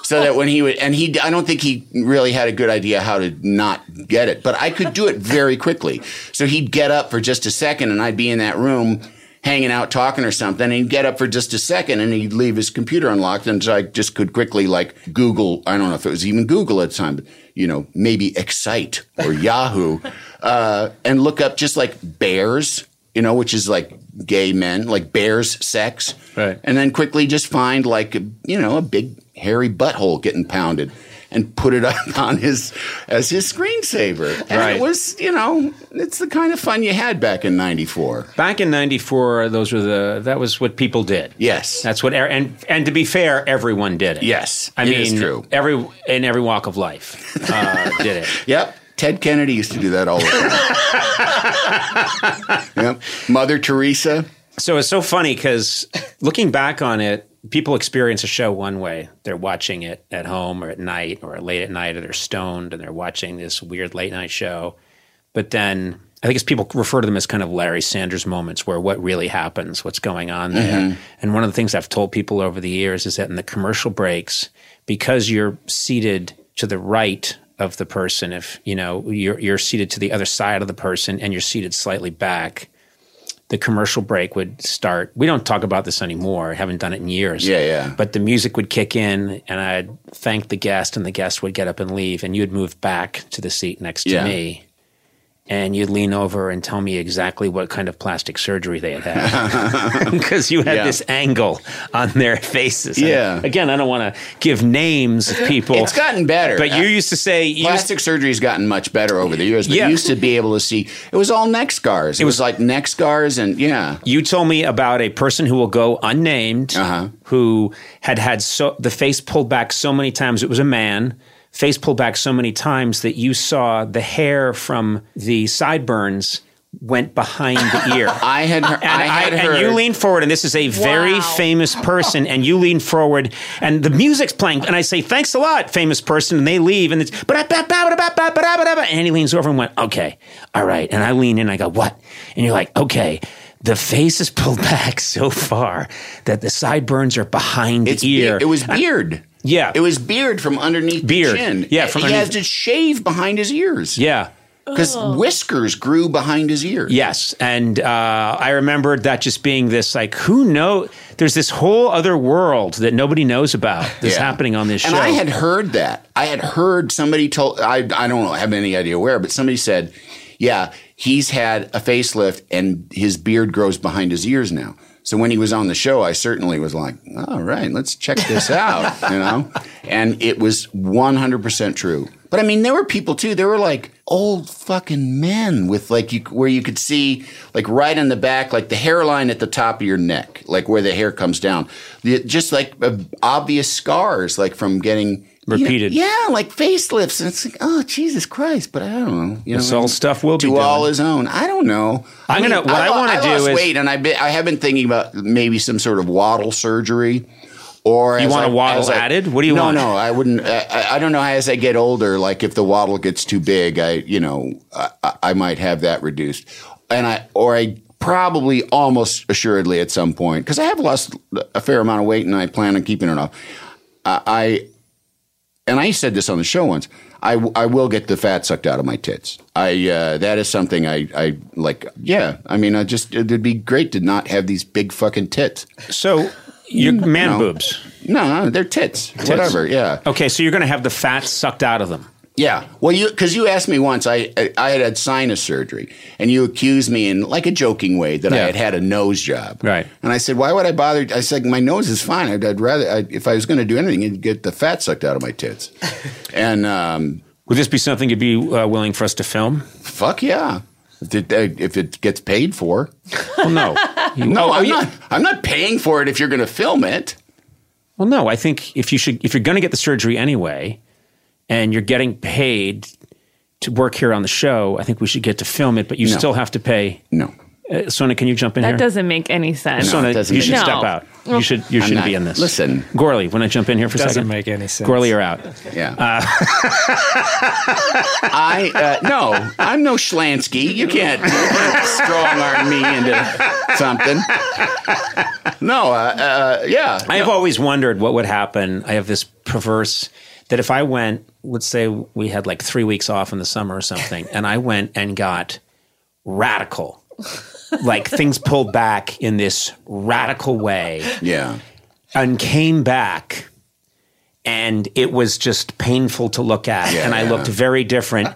[SPEAKER 4] so that when he would, and he, I don't think he really had a good idea how to not get it, but I could do it very quickly. So he'd get up for just a second, and I'd be in that room hanging out talking or something and he'd get up for just a second and he'd leave his computer unlocked and so I just could quickly like Google I don't know if it was even Google at the time but, you know maybe Excite or Yahoo uh, and look up just like bears you know which is like gay men like bears sex
[SPEAKER 1] Right.
[SPEAKER 4] and then quickly just find like you know a big hairy butthole getting pounded and put it up on his as his screensaver and
[SPEAKER 1] Right.
[SPEAKER 4] it was you know it's the kind of fun you had back in 94
[SPEAKER 1] Back in '94, those were the that was what people did.
[SPEAKER 4] yes
[SPEAKER 1] That's what, er, and and to be fair, everyone did it.
[SPEAKER 4] Yes,
[SPEAKER 1] I
[SPEAKER 4] it
[SPEAKER 1] mean,
[SPEAKER 4] is true.
[SPEAKER 1] Every in every walk of life, uh, did it.
[SPEAKER 4] Yep. Ted Kennedy used to do that all the time. yep. Mother Teresa.
[SPEAKER 1] So it's so funny because looking back on it, people experience a show one way. They're watching it at home or at night or late at night, or they're stoned and they're watching this weird late night show. But then I think it's people refer to them as kind of Larry Sanders moments where what really happens, what's going on there.
[SPEAKER 4] Mm-hmm.
[SPEAKER 1] And one of the things I've told people over the years is that in the commercial breaks, because you're seated to the right of the person, if you know you're, you're seated to the other side of the person and you're seated slightly back, the commercial break would start. We don't talk about this anymore. I haven't done it in years.
[SPEAKER 4] Yeah, yeah.
[SPEAKER 1] But the music would kick in, and I'd thank the guest, and the guest would get up and leave, and you'd move back to the seat next to
[SPEAKER 4] Yeah.
[SPEAKER 1] me, and you'd lean over and tell me exactly what kind of plastic surgery they had had because you had
[SPEAKER 4] Yeah.
[SPEAKER 1] this angle on their faces. And
[SPEAKER 4] Yeah.
[SPEAKER 1] again, I don't want to give names of people.
[SPEAKER 4] It's gotten better. Uh,
[SPEAKER 1] But you used to say you used
[SPEAKER 4] Plastic surgery's gotten much better over the years, but
[SPEAKER 1] Yeah.
[SPEAKER 4] you used to be able to see it was all neck scars. It, was, like neck scars and yeah.
[SPEAKER 1] you told me about a person who will go unnamed
[SPEAKER 4] Uh-huh.
[SPEAKER 1] who had had so the face pulled back so many times it was a man face pulled back so many times that you saw the hair from the sideburns went behind the ear
[SPEAKER 4] I had heard,
[SPEAKER 1] and,
[SPEAKER 4] I had
[SPEAKER 1] and
[SPEAKER 4] heard
[SPEAKER 1] you lean forward, and this is a very famous person, and you lean forward, and the music's playing, and I say, "Thanks a lot, famous person," and they leave, and it's ba da ba ba ba ba ba ba ba, and he leans over and went, "Okay, all right," and I lean in, I go, "What?" And you're like, "Okay." The face is pulled back so far that the sideburns are behind
[SPEAKER 4] It's
[SPEAKER 1] the
[SPEAKER 4] be-
[SPEAKER 1] ear.
[SPEAKER 4] It was beard.
[SPEAKER 1] yeah.
[SPEAKER 4] It was beard from underneath
[SPEAKER 1] Beard.
[SPEAKER 4] the chin.
[SPEAKER 1] Yeah, from
[SPEAKER 4] he has
[SPEAKER 1] underneath-
[SPEAKER 4] to shave behind his ears.
[SPEAKER 1] yeah.
[SPEAKER 4] because whiskers grew behind his ears.
[SPEAKER 1] Yes, and uh, I remembered that just being this like, who know? There's this whole other world that nobody knows about that's
[SPEAKER 4] Yeah.
[SPEAKER 1] happening on this
[SPEAKER 4] And
[SPEAKER 1] show.
[SPEAKER 4] I had heard that. I had heard somebody told. I I don't know, have any idea where, but somebody said, "Yeah, he's had a facelift and his beard grows behind his ears now." So when he was on the show, I certainly was like, "All right, let's check this out," you know. And it was one hundred percent true. But I mean, there were people too. There were like old fucking men with like you where you could see like right in the back, like the hairline at the top of your neck, like where the hair comes down, The- just like uh, obvious scars, like from getting you know,
[SPEAKER 1] Repeated.
[SPEAKER 4] yeah, like facelifts, and it's like, oh Jesus Christ! But I don't know. You
[SPEAKER 1] It's
[SPEAKER 4] know,
[SPEAKER 1] all stuff we'll be
[SPEAKER 4] do all
[SPEAKER 1] doing.
[SPEAKER 4] his own. I don't know.
[SPEAKER 1] I'm gonna- what I
[SPEAKER 4] lo-
[SPEAKER 1] wanna do
[SPEAKER 4] lost
[SPEAKER 1] is-
[SPEAKER 4] weight, and I be, I have been thinking about maybe some sort of waddle surgery. Or
[SPEAKER 1] You
[SPEAKER 4] as
[SPEAKER 1] want
[SPEAKER 4] I-
[SPEAKER 1] a waddle
[SPEAKER 4] as I-
[SPEAKER 1] added? What do you
[SPEAKER 4] no,
[SPEAKER 1] want?
[SPEAKER 4] No, I wouldn't. I, I- I don't know. As I get older, like if the waddle gets too big, I you know I, I- I might have that reduced, and I or I probably almost assuredly at some point because I have lost a fair amount of weight and I plan on keeping it off. I, I and I said this on the show once. I, w- I will get the fat sucked out of my tits. I uh, that is something I, I like. Yeah, I mean, I just it'd be great to not have these big fucking tits.
[SPEAKER 1] so your man
[SPEAKER 4] no.
[SPEAKER 1] boobs.
[SPEAKER 4] No, no they're tits. Whatever. Yeah.
[SPEAKER 1] Okay, so you're going to have the fat sucked out of them.
[SPEAKER 4] Yeah. Well, you because you asked me once, I, I I had had sinus surgery, and you accused me in like a joking way that I
[SPEAKER 1] Yeah.
[SPEAKER 4] had had a nose job.
[SPEAKER 1] Right.
[SPEAKER 4] And I said, why would I bother? I said, my nose is fine. I'd, I'd rather I, if I was going to do anything, I'd get the fat sucked out of my tits. and um,
[SPEAKER 1] Would this be something you'd be uh, willing for us to film?
[SPEAKER 4] fuck yeah, if it, uh, if it gets paid for.
[SPEAKER 1] Well, no.
[SPEAKER 4] No, I'm
[SPEAKER 1] yeah.
[SPEAKER 4] not. I'm not paying for it if you're going to film it.
[SPEAKER 1] Well, no. I think if you should, if you're going to get the surgery anyway, and you're getting paid to work here on the show, I think we should get to film it. But you
[SPEAKER 4] No.
[SPEAKER 1] still have to pay.
[SPEAKER 4] No.
[SPEAKER 1] Uh, Sona, can you jump in
[SPEAKER 3] That
[SPEAKER 1] here?
[SPEAKER 3] doesn't make any sense.
[SPEAKER 4] No.
[SPEAKER 1] Sona,
[SPEAKER 4] it doesn't
[SPEAKER 1] you
[SPEAKER 4] make
[SPEAKER 1] should
[SPEAKER 3] sense.
[SPEAKER 1] step
[SPEAKER 3] No.
[SPEAKER 1] out. You should. You shouldn't
[SPEAKER 4] not-
[SPEAKER 1] be in this.
[SPEAKER 4] listen.
[SPEAKER 1] Gorley. When I jump in here for a
[SPEAKER 6] Doesn't
[SPEAKER 1] second,
[SPEAKER 6] make any sense.
[SPEAKER 1] Gorley, you're out.
[SPEAKER 4] Yeah. I uh, no, I'm no Schlansky. You can't strong arm me into something. No, uh, uh, yeah,
[SPEAKER 1] I've always wondered what would happen. I have this perverse that if I went, let's say we had like three weeks off in the summer or something, and I went and got radical, like things pulled back in this radical way,
[SPEAKER 4] yeah.
[SPEAKER 1] and came back, and it was just painful to look at,
[SPEAKER 4] Yeah,
[SPEAKER 1] and I
[SPEAKER 4] yeah.
[SPEAKER 1] looked very different.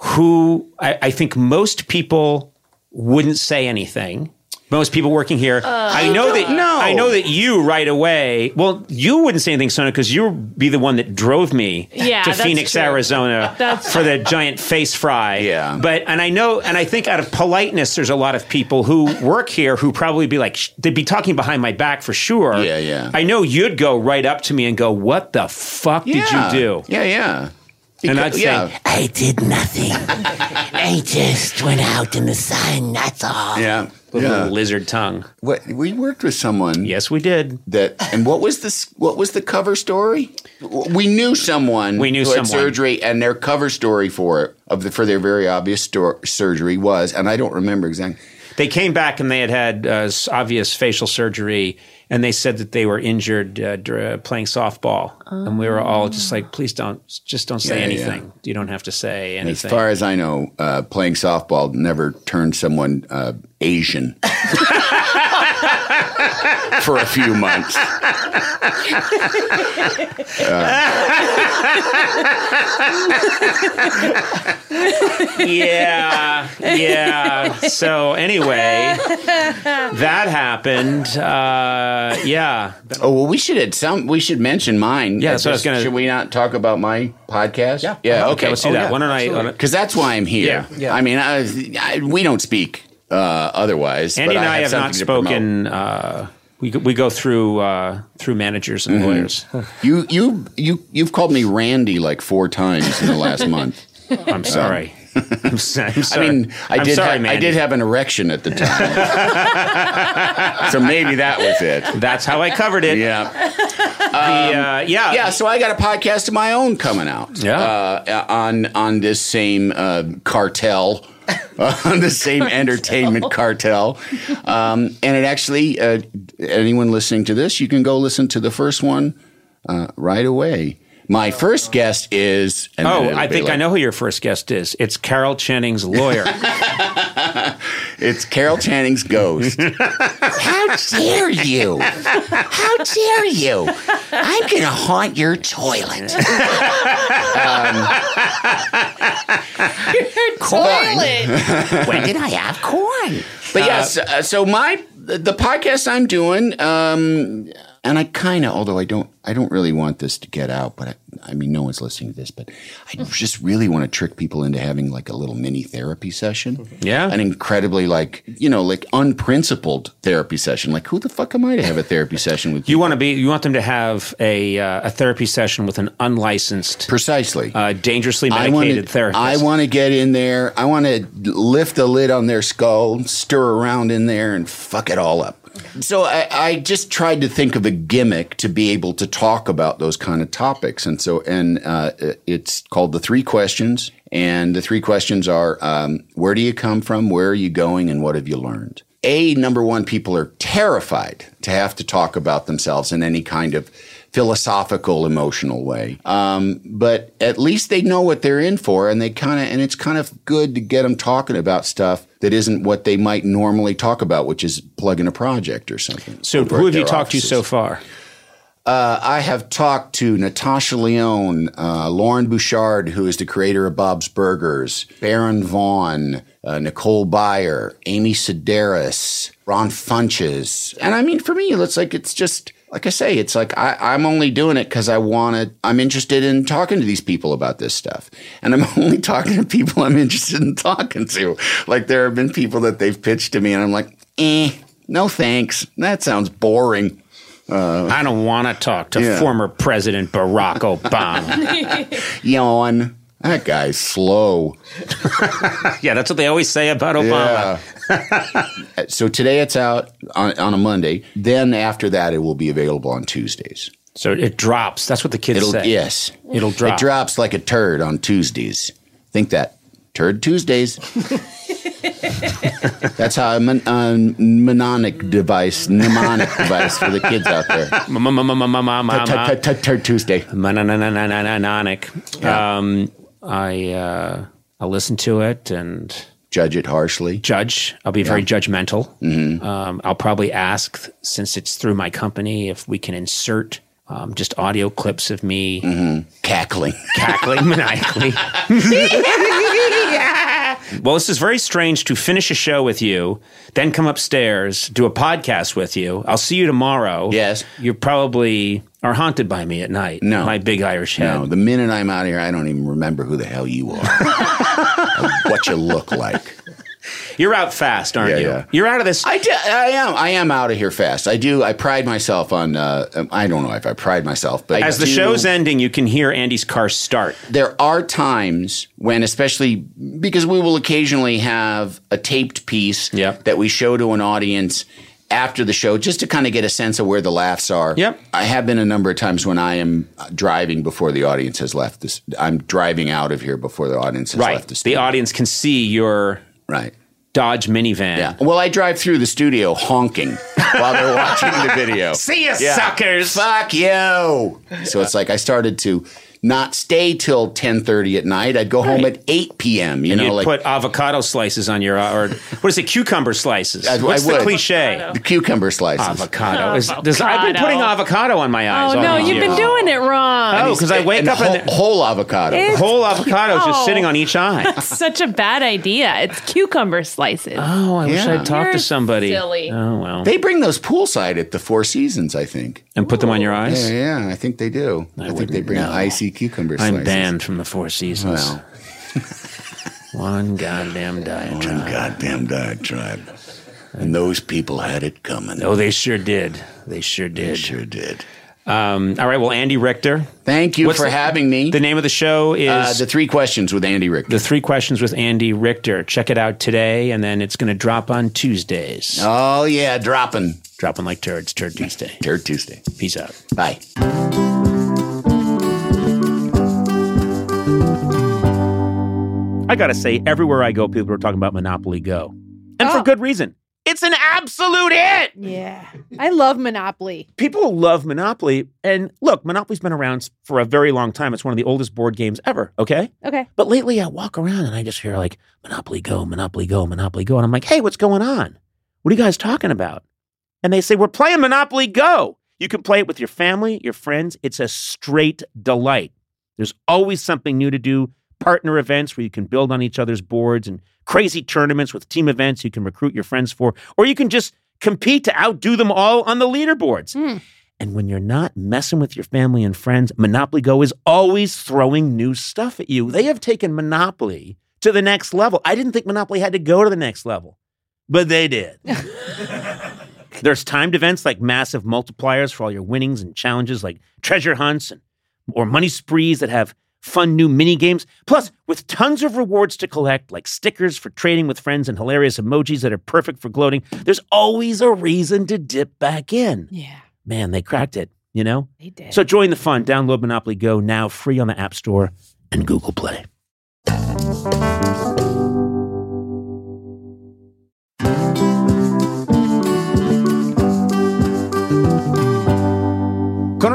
[SPEAKER 1] Who I, I think most people wouldn't say anything. Most people working here,
[SPEAKER 3] Uh,
[SPEAKER 1] I know that.
[SPEAKER 4] know.
[SPEAKER 1] I know that you right away. Well, you wouldn't say anything, Sona, because you would be the one that drove me
[SPEAKER 3] Yeah,
[SPEAKER 1] to
[SPEAKER 3] that's
[SPEAKER 1] Phoenix,
[SPEAKER 3] true.
[SPEAKER 1] Arizona,
[SPEAKER 3] That's-
[SPEAKER 1] for the giant face fry.
[SPEAKER 4] Yeah.
[SPEAKER 1] But and I know, and I think out of politeness, there's a lot of people who work here who probably be like, sh- they'd be talking behind my back for sure.
[SPEAKER 4] Yeah, yeah.
[SPEAKER 1] I know you'd go right up to me and go, "What the fuck
[SPEAKER 4] Yeah.
[SPEAKER 1] did you do?"
[SPEAKER 4] Yeah, yeah.
[SPEAKER 1] And
[SPEAKER 4] Beca-
[SPEAKER 1] I'd say,
[SPEAKER 4] yeah,
[SPEAKER 1] I did nothing. I just went out in the sun. That's all.
[SPEAKER 4] yeah,
[SPEAKER 1] With a
[SPEAKER 4] yeah.
[SPEAKER 1] ah, little lizard tongue.
[SPEAKER 4] What, we worked with someone
[SPEAKER 1] Yes, we did.
[SPEAKER 4] that, and what was this? What was the cover story? We knew someone.
[SPEAKER 1] We knew
[SPEAKER 4] who had
[SPEAKER 1] someone.
[SPEAKER 4] surgery, and their cover story for it of the for their very obvious stor- surgery was, and I don't remember exactly.
[SPEAKER 1] They came back and they had had uh, s- obvious facial surgery, and they said that they were injured uh, dur- uh, playing softball. And we were all just like, "Please don't, just don't say
[SPEAKER 4] Yeah, yeah, yeah.
[SPEAKER 1] anything. You don't have to say
[SPEAKER 4] As
[SPEAKER 1] anything."
[SPEAKER 4] far as I know, uh, playing softball never turned someone uh, Asian for a few months.
[SPEAKER 1] yeah, yeah. So anyway, that happened. Uh, yeah,
[SPEAKER 4] Oh well, we should at some we should mention mine.
[SPEAKER 1] Yeah, that's what I was gonna-
[SPEAKER 4] Should we not talk about my podcast? Yeah, yeah, okay.
[SPEAKER 1] Let's do that. Why don't I? why don't-
[SPEAKER 4] Because that's why I'm here.
[SPEAKER 1] Yeah.
[SPEAKER 4] I mean, I, I, we don't speak uh, otherwise.
[SPEAKER 1] Andy
[SPEAKER 4] but
[SPEAKER 1] and I have
[SPEAKER 4] something
[SPEAKER 1] not
[SPEAKER 4] to promote.
[SPEAKER 1] spoken. Uh, we go- we go through uh, through managers and lawyers.
[SPEAKER 4] You you you you've called me Randy like four times in the last month.
[SPEAKER 1] I'm sorry. I'm, so- I'm
[SPEAKER 4] I
[SPEAKER 1] sorry.
[SPEAKER 4] mean, I
[SPEAKER 1] I'm
[SPEAKER 4] did.
[SPEAKER 1] Sorry,
[SPEAKER 4] ha- I
[SPEAKER 1] Mandy.
[SPEAKER 4] did have an erection at the time, so maybe that was it.
[SPEAKER 1] That's how I covered it.
[SPEAKER 4] Yeah.
[SPEAKER 1] the, uh, yeah.
[SPEAKER 4] yeah, so I got a podcast of my own coming out.
[SPEAKER 1] Yeah.
[SPEAKER 4] uh, on on this same uh, cartel, on the same entertainment cartel, um, and it actually uh, anyone listening to this, you can go listen to the first one uh, right away. My first guest is and then
[SPEAKER 1] Oh,
[SPEAKER 4] it'll
[SPEAKER 1] I
[SPEAKER 4] be
[SPEAKER 1] think I
[SPEAKER 4] like-
[SPEAKER 1] know who your first guest is. It's Carol Channing's lawyer.
[SPEAKER 4] It's Carol Channing's ghost. How dare you? How dare you? I'm going to haunt your toilet.
[SPEAKER 7] Toilet.
[SPEAKER 4] when did I have corn? But yes, uh, so my the podcast I'm doing, um, and I kind of, although I don't, I don't really want this to get out, but I, I mean, no one's listening to this, but I just really want to trick people into having like a little mini therapy session.
[SPEAKER 1] Yeah.
[SPEAKER 4] an incredibly like you know like unprincipled therapy session. Like, who the fuck am I to have a therapy session with
[SPEAKER 1] you want to be? You want them to have a uh, a therapy session with an unlicensed,
[SPEAKER 4] Precisely.
[SPEAKER 1] uh, dangerously
[SPEAKER 4] I wanna-
[SPEAKER 1] medicated therapist.
[SPEAKER 4] I want to get in there. I want to lift the lid on their skull, stir around in there, and fuck it all up. So I, I just tried to think of a gimmick to be able to talk about those kind of topics, and so and uh, it's called the three questions. And the three questions are: um, Where do you come from? Where are you going? And what have you learned? A number one, people are terrified to have to talk about themselves in any kind of philosophical, emotional way. Um, but at least they know what they're in for, and they kind of and it's kind of good to get them talking about stuff that isn't what they might normally talk about, which is plugging a project or something.
[SPEAKER 1] So,
[SPEAKER 4] over at
[SPEAKER 1] who have you
[SPEAKER 4] their
[SPEAKER 1] talked
[SPEAKER 4] offices.
[SPEAKER 1] to so far?
[SPEAKER 4] I have talked to Natasha Leone, uh, Lauren Bouchard, who is the creator of Bob's Burgers, Baron Vaughn, uh, Nicole Byer, Amy Sedaris, Ron Funches. And I mean, for me, it's like, it's just, like I say, it's like I, I'm only doing it because I want to, I'm interested in talking to these people about this stuff. And I'm only talking to people I'm interested in talking to. Like, there have been people that they've pitched to me, and I'm like, eh, no thanks. That sounds boring.
[SPEAKER 1] I don't want to talk to
[SPEAKER 4] Yeah.
[SPEAKER 1] former President Barack Obama.
[SPEAKER 4] Yawn. That guy's slow.
[SPEAKER 1] yeah, that's what they always say about Obama.
[SPEAKER 4] Yeah. so today it's out on, on a Monday. Then after that, it will be available on Tuesdays.
[SPEAKER 1] So it drops. That's what the kids
[SPEAKER 4] It'll
[SPEAKER 1] say.
[SPEAKER 4] yes,
[SPEAKER 1] It'll drop.
[SPEAKER 4] It drops like a turd on Tuesdays. Think that turd Tuesdays. That's how a, mon- a mnemonic device, mnemonic device for the kids out there.
[SPEAKER 1] Ma-ma-ma-ma-ma-ma-ma.
[SPEAKER 4] Turd Tuesday.
[SPEAKER 1] Mananananananic. Um, I uh, I listen to it and
[SPEAKER 4] Judge it harshly.
[SPEAKER 1] judge. I'll be very judgmental.
[SPEAKER 4] Mm-hmm.
[SPEAKER 1] Um, I'll probably ask, since it's through my company, if we can insert um, just audio clips of me
[SPEAKER 4] Mm-hmm. Cackling.
[SPEAKER 1] cackling maniacally. well, this is very strange to finish a show with you, then come upstairs, do a podcast with you. I'll see you tomorrow.
[SPEAKER 4] Yes.
[SPEAKER 1] You probably are haunted by me at night.
[SPEAKER 4] No.
[SPEAKER 1] My big Irish head.
[SPEAKER 4] No, the minute I'm out of here, I don't even remember who the hell you are, or what you look like.
[SPEAKER 1] You're out fast, aren't
[SPEAKER 4] Yeah,
[SPEAKER 1] you?
[SPEAKER 4] yeah.
[SPEAKER 1] You're out of this.
[SPEAKER 4] I, do, I am. I am out of here fast. I do. I pride myself on. Uh, um, I don't know if I pride myself, but
[SPEAKER 1] As
[SPEAKER 4] I
[SPEAKER 1] the
[SPEAKER 4] do-
[SPEAKER 1] show's ending, you can hear Andy's car start.
[SPEAKER 4] there are times when, especially because we will occasionally have a taped piece
[SPEAKER 1] Yep.
[SPEAKER 4] that we show to an audience after the show just to kind of get a sense of where the laughs are.
[SPEAKER 1] Yep.
[SPEAKER 4] I have been a number of times when I am uh, driving before the audience has left this. I'm driving out of here before the audience has
[SPEAKER 1] Right.
[SPEAKER 4] left this.
[SPEAKER 1] The audience can see your
[SPEAKER 4] Right.
[SPEAKER 1] Dodge minivan.
[SPEAKER 4] Yeah. Well, I drive through the studio honking while they're watching the video.
[SPEAKER 1] See ya, suckers.
[SPEAKER 4] fuck you. So it's like I started to not stay till 10:30 at night. I'd go home at 8 p.m., you
[SPEAKER 1] You
[SPEAKER 4] know,
[SPEAKER 1] would
[SPEAKER 4] like
[SPEAKER 1] put avocado slices on your, uh, or what is it, cucumber slices?
[SPEAKER 4] I- I
[SPEAKER 1] What's the
[SPEAKER 4] would.
[SPEAKER 1] cliche?
[SPEAKER 4] the cucumber slices.
[SPEAKER 1] avocado. Is, does, I've been
[SPEAKER 3] Avocado.
[SPEAKER 1] putting avocado on my eyes.
[SPEAKER 2] Oh
[SPEAKER 1] all
[SPEAKER 2] no,
[SPEAKER 1] these
[SPEAKER 2] you've been
[SPEAKER 1] years.
[SPEAKER 2] doing it wrong.
[SPEAKER 1] Oh, because I wake
[SPEAKER 4] And
[SPEAKER 1] up
[SPEAKER 4] whole,
[SPEAKER 1] and Eh.
[SPEAKER 4] whole avocado.
[SPEAKER 3] It's-
[SPEAKER 1] whole avocado is just sitting on each eye.
[SPEAKER 3] It's such a bad idea. It's cucumber slices.
[SPEAKER 1] Oh, I wish
[SPEAKER 4] Yeah.
[SPEAKER 1] I'd talked to
[SPEAKER 3] You're
[SPEAKER 1] somebody.
[SPEAKER 7] silly.
[SPEAKER 1] Oh well,
[SPEAKER 4] they bring those poolside at the Four Seasons, I think.
[SPEAKER 1] and put them on your eyes.
[SPEAKER 4] Yeah, yeah, I think they do. I, think they bring icy cucumber
[SPEAKER 1] I'm
[SPEAKER 4] slices.
[SPEAKER 1] banned from the Four Seasons.
[SPEAKER 4] Well.
[SPEAKER 1] One goddamn diet.
[SPEAKER 4] Goddamn diet tribe. And those people had it coming.
[SPEAKER 1] Oh, they sure did. They sure did.
[SPEAKER 4] sure did.
[SPEAKER 1] Um, all right. Well, Andy Richter.
[SPEAKER 4] Thank you
[SPEAKER 1] What's
[SPEAKER 4] for
[SPEAKER 1] the-
[SPEAKER 4] having me.
[SPEAKER 1] The name of the show is
[SPEAKER 4] Uh, the three questions with Andy Richter.
[SPEAKER 1] The Three Questions with Andy Richter. Check it out today, and then it's going to drop on Tuesdays.
[SPEAKER 4] oh yeah, dropping,
[SPEAKER 1] Dropping like turds, Turd Tuesday.
[SPEAKER 4] Turd Tuesday.
[SPEAKER 1] Peace out.
[SPEAKER 4] Bye.
[SPEAKER 1] I gotta say, everywhere I go, people are talking about Monopoly Go, and for
[SPEAKER 2] Oh.
[SPEAKER 1] good reason. It's an absolute hit.
[SPEAKER 2] Yeah. I love Monopoly.
[SPEAKER 1] People love Monopoly, and look, Monopoly's been around for a very long time. It's one of the oldest board games ever. Okay,
[SPEAKER 2] Okay.
[SPEAKER 1] but lately I walk around and I just hear like Monopoly Go, Monopoly Go, Monopoly Go, and I'm like, hey, what's going on? What are you guys talking about? And they say we're playing Monopoly Go. You can play it with your family, your friends. It's a straight delight. There's always something new to do. Partner events where you can build on each other's boards and crazy tournaments with team events you can recruit your friends for, or you can just compete to outdo them all on the leaderboards.
[SPEAKER 2] Mm.
[SPEAKER 1] And when you're not messing with your family and friends, Monopoly Go is always throwing new stuff at you. They have taken Monopoly to the next level. I didn't think Monopoly had to go to the next level, but they did. There's timed events like massive multipliers for all your winnings and challenges like treasure hunts and or money sprees that have fun new mini games. Plus, with tons of rewards to collect, like stickers for trading with friends and hilarious emojis that are perfect for gloating, there's always a reason to dip back in.
[SPEAKER 2] Yeah.
[SPEAKER 1] Man, they cracked it, you know?
[SPEAKER 2] They did.
[SPEAKER 1] So join the fun. Download Monopoly Go now, free on the App Store and Google Play. Conan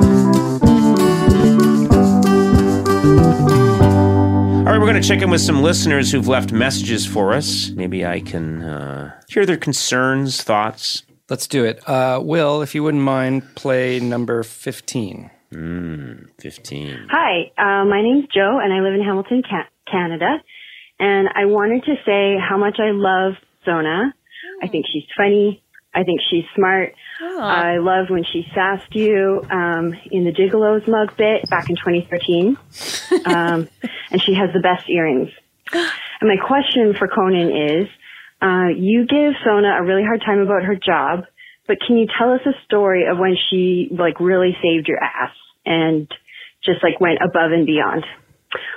[SPEAKER 1] All right, we're going to check in with some listeners who've left messages for us. Maybe I can uh, hear their concerns, thoughts.
[SPEAKER 6] Let's do it. Uh, Will, if you wouldn't mind, play number 15.
[SPEAKER 1] 15.
[SPEAKER 8] Hi, uh, my name's Joe, and I live in Hamilton, Ca- Canada. And I wanted to say how much I love Zona. I think she's funny. I think she's smart. I love when she sassed you um, in the Gigolos mug bit back in 2013. um, and she has the best earrings. And my question for Conan is, uh, you give Sona a really hard time about her job, but can you tell us a story of when she like really saved your ass and just like went above and beyond?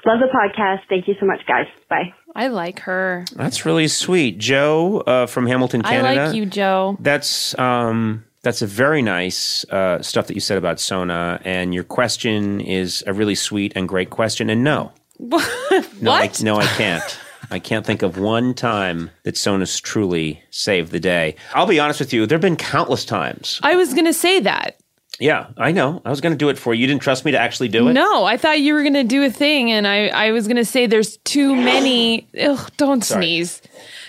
[SPEAKER 8] Love the podcast. Thank you so much, guys. Bye.
[SPEAKER 3] I like her.
[SPEAKER 1] That's really sweet, Joe uh, from Hamilton, Canada.
[SPEAKER 3] I like you, Joe.
[SPEAKER 1] That's um, that's a very nice uh, stuff that you said about Sona, and your question is a really sweet and great question. And no, no,
[SPEAKER 3] what?
[SPEAKER 1] I, no, I can't. I can't think of one time that Sona's truly saved the day. I'll be honest with you; there have been countless times.
[SPEAKER 3] I was going to say that.
[SPEAKER 1] Yeah, I know. I was going to do it for you. You didn't trust me to actually do it.
[SPEAKER 3] No, I thought you were going to do a thing, and I, I was going to say there's too many. Ugh, don't sneeze.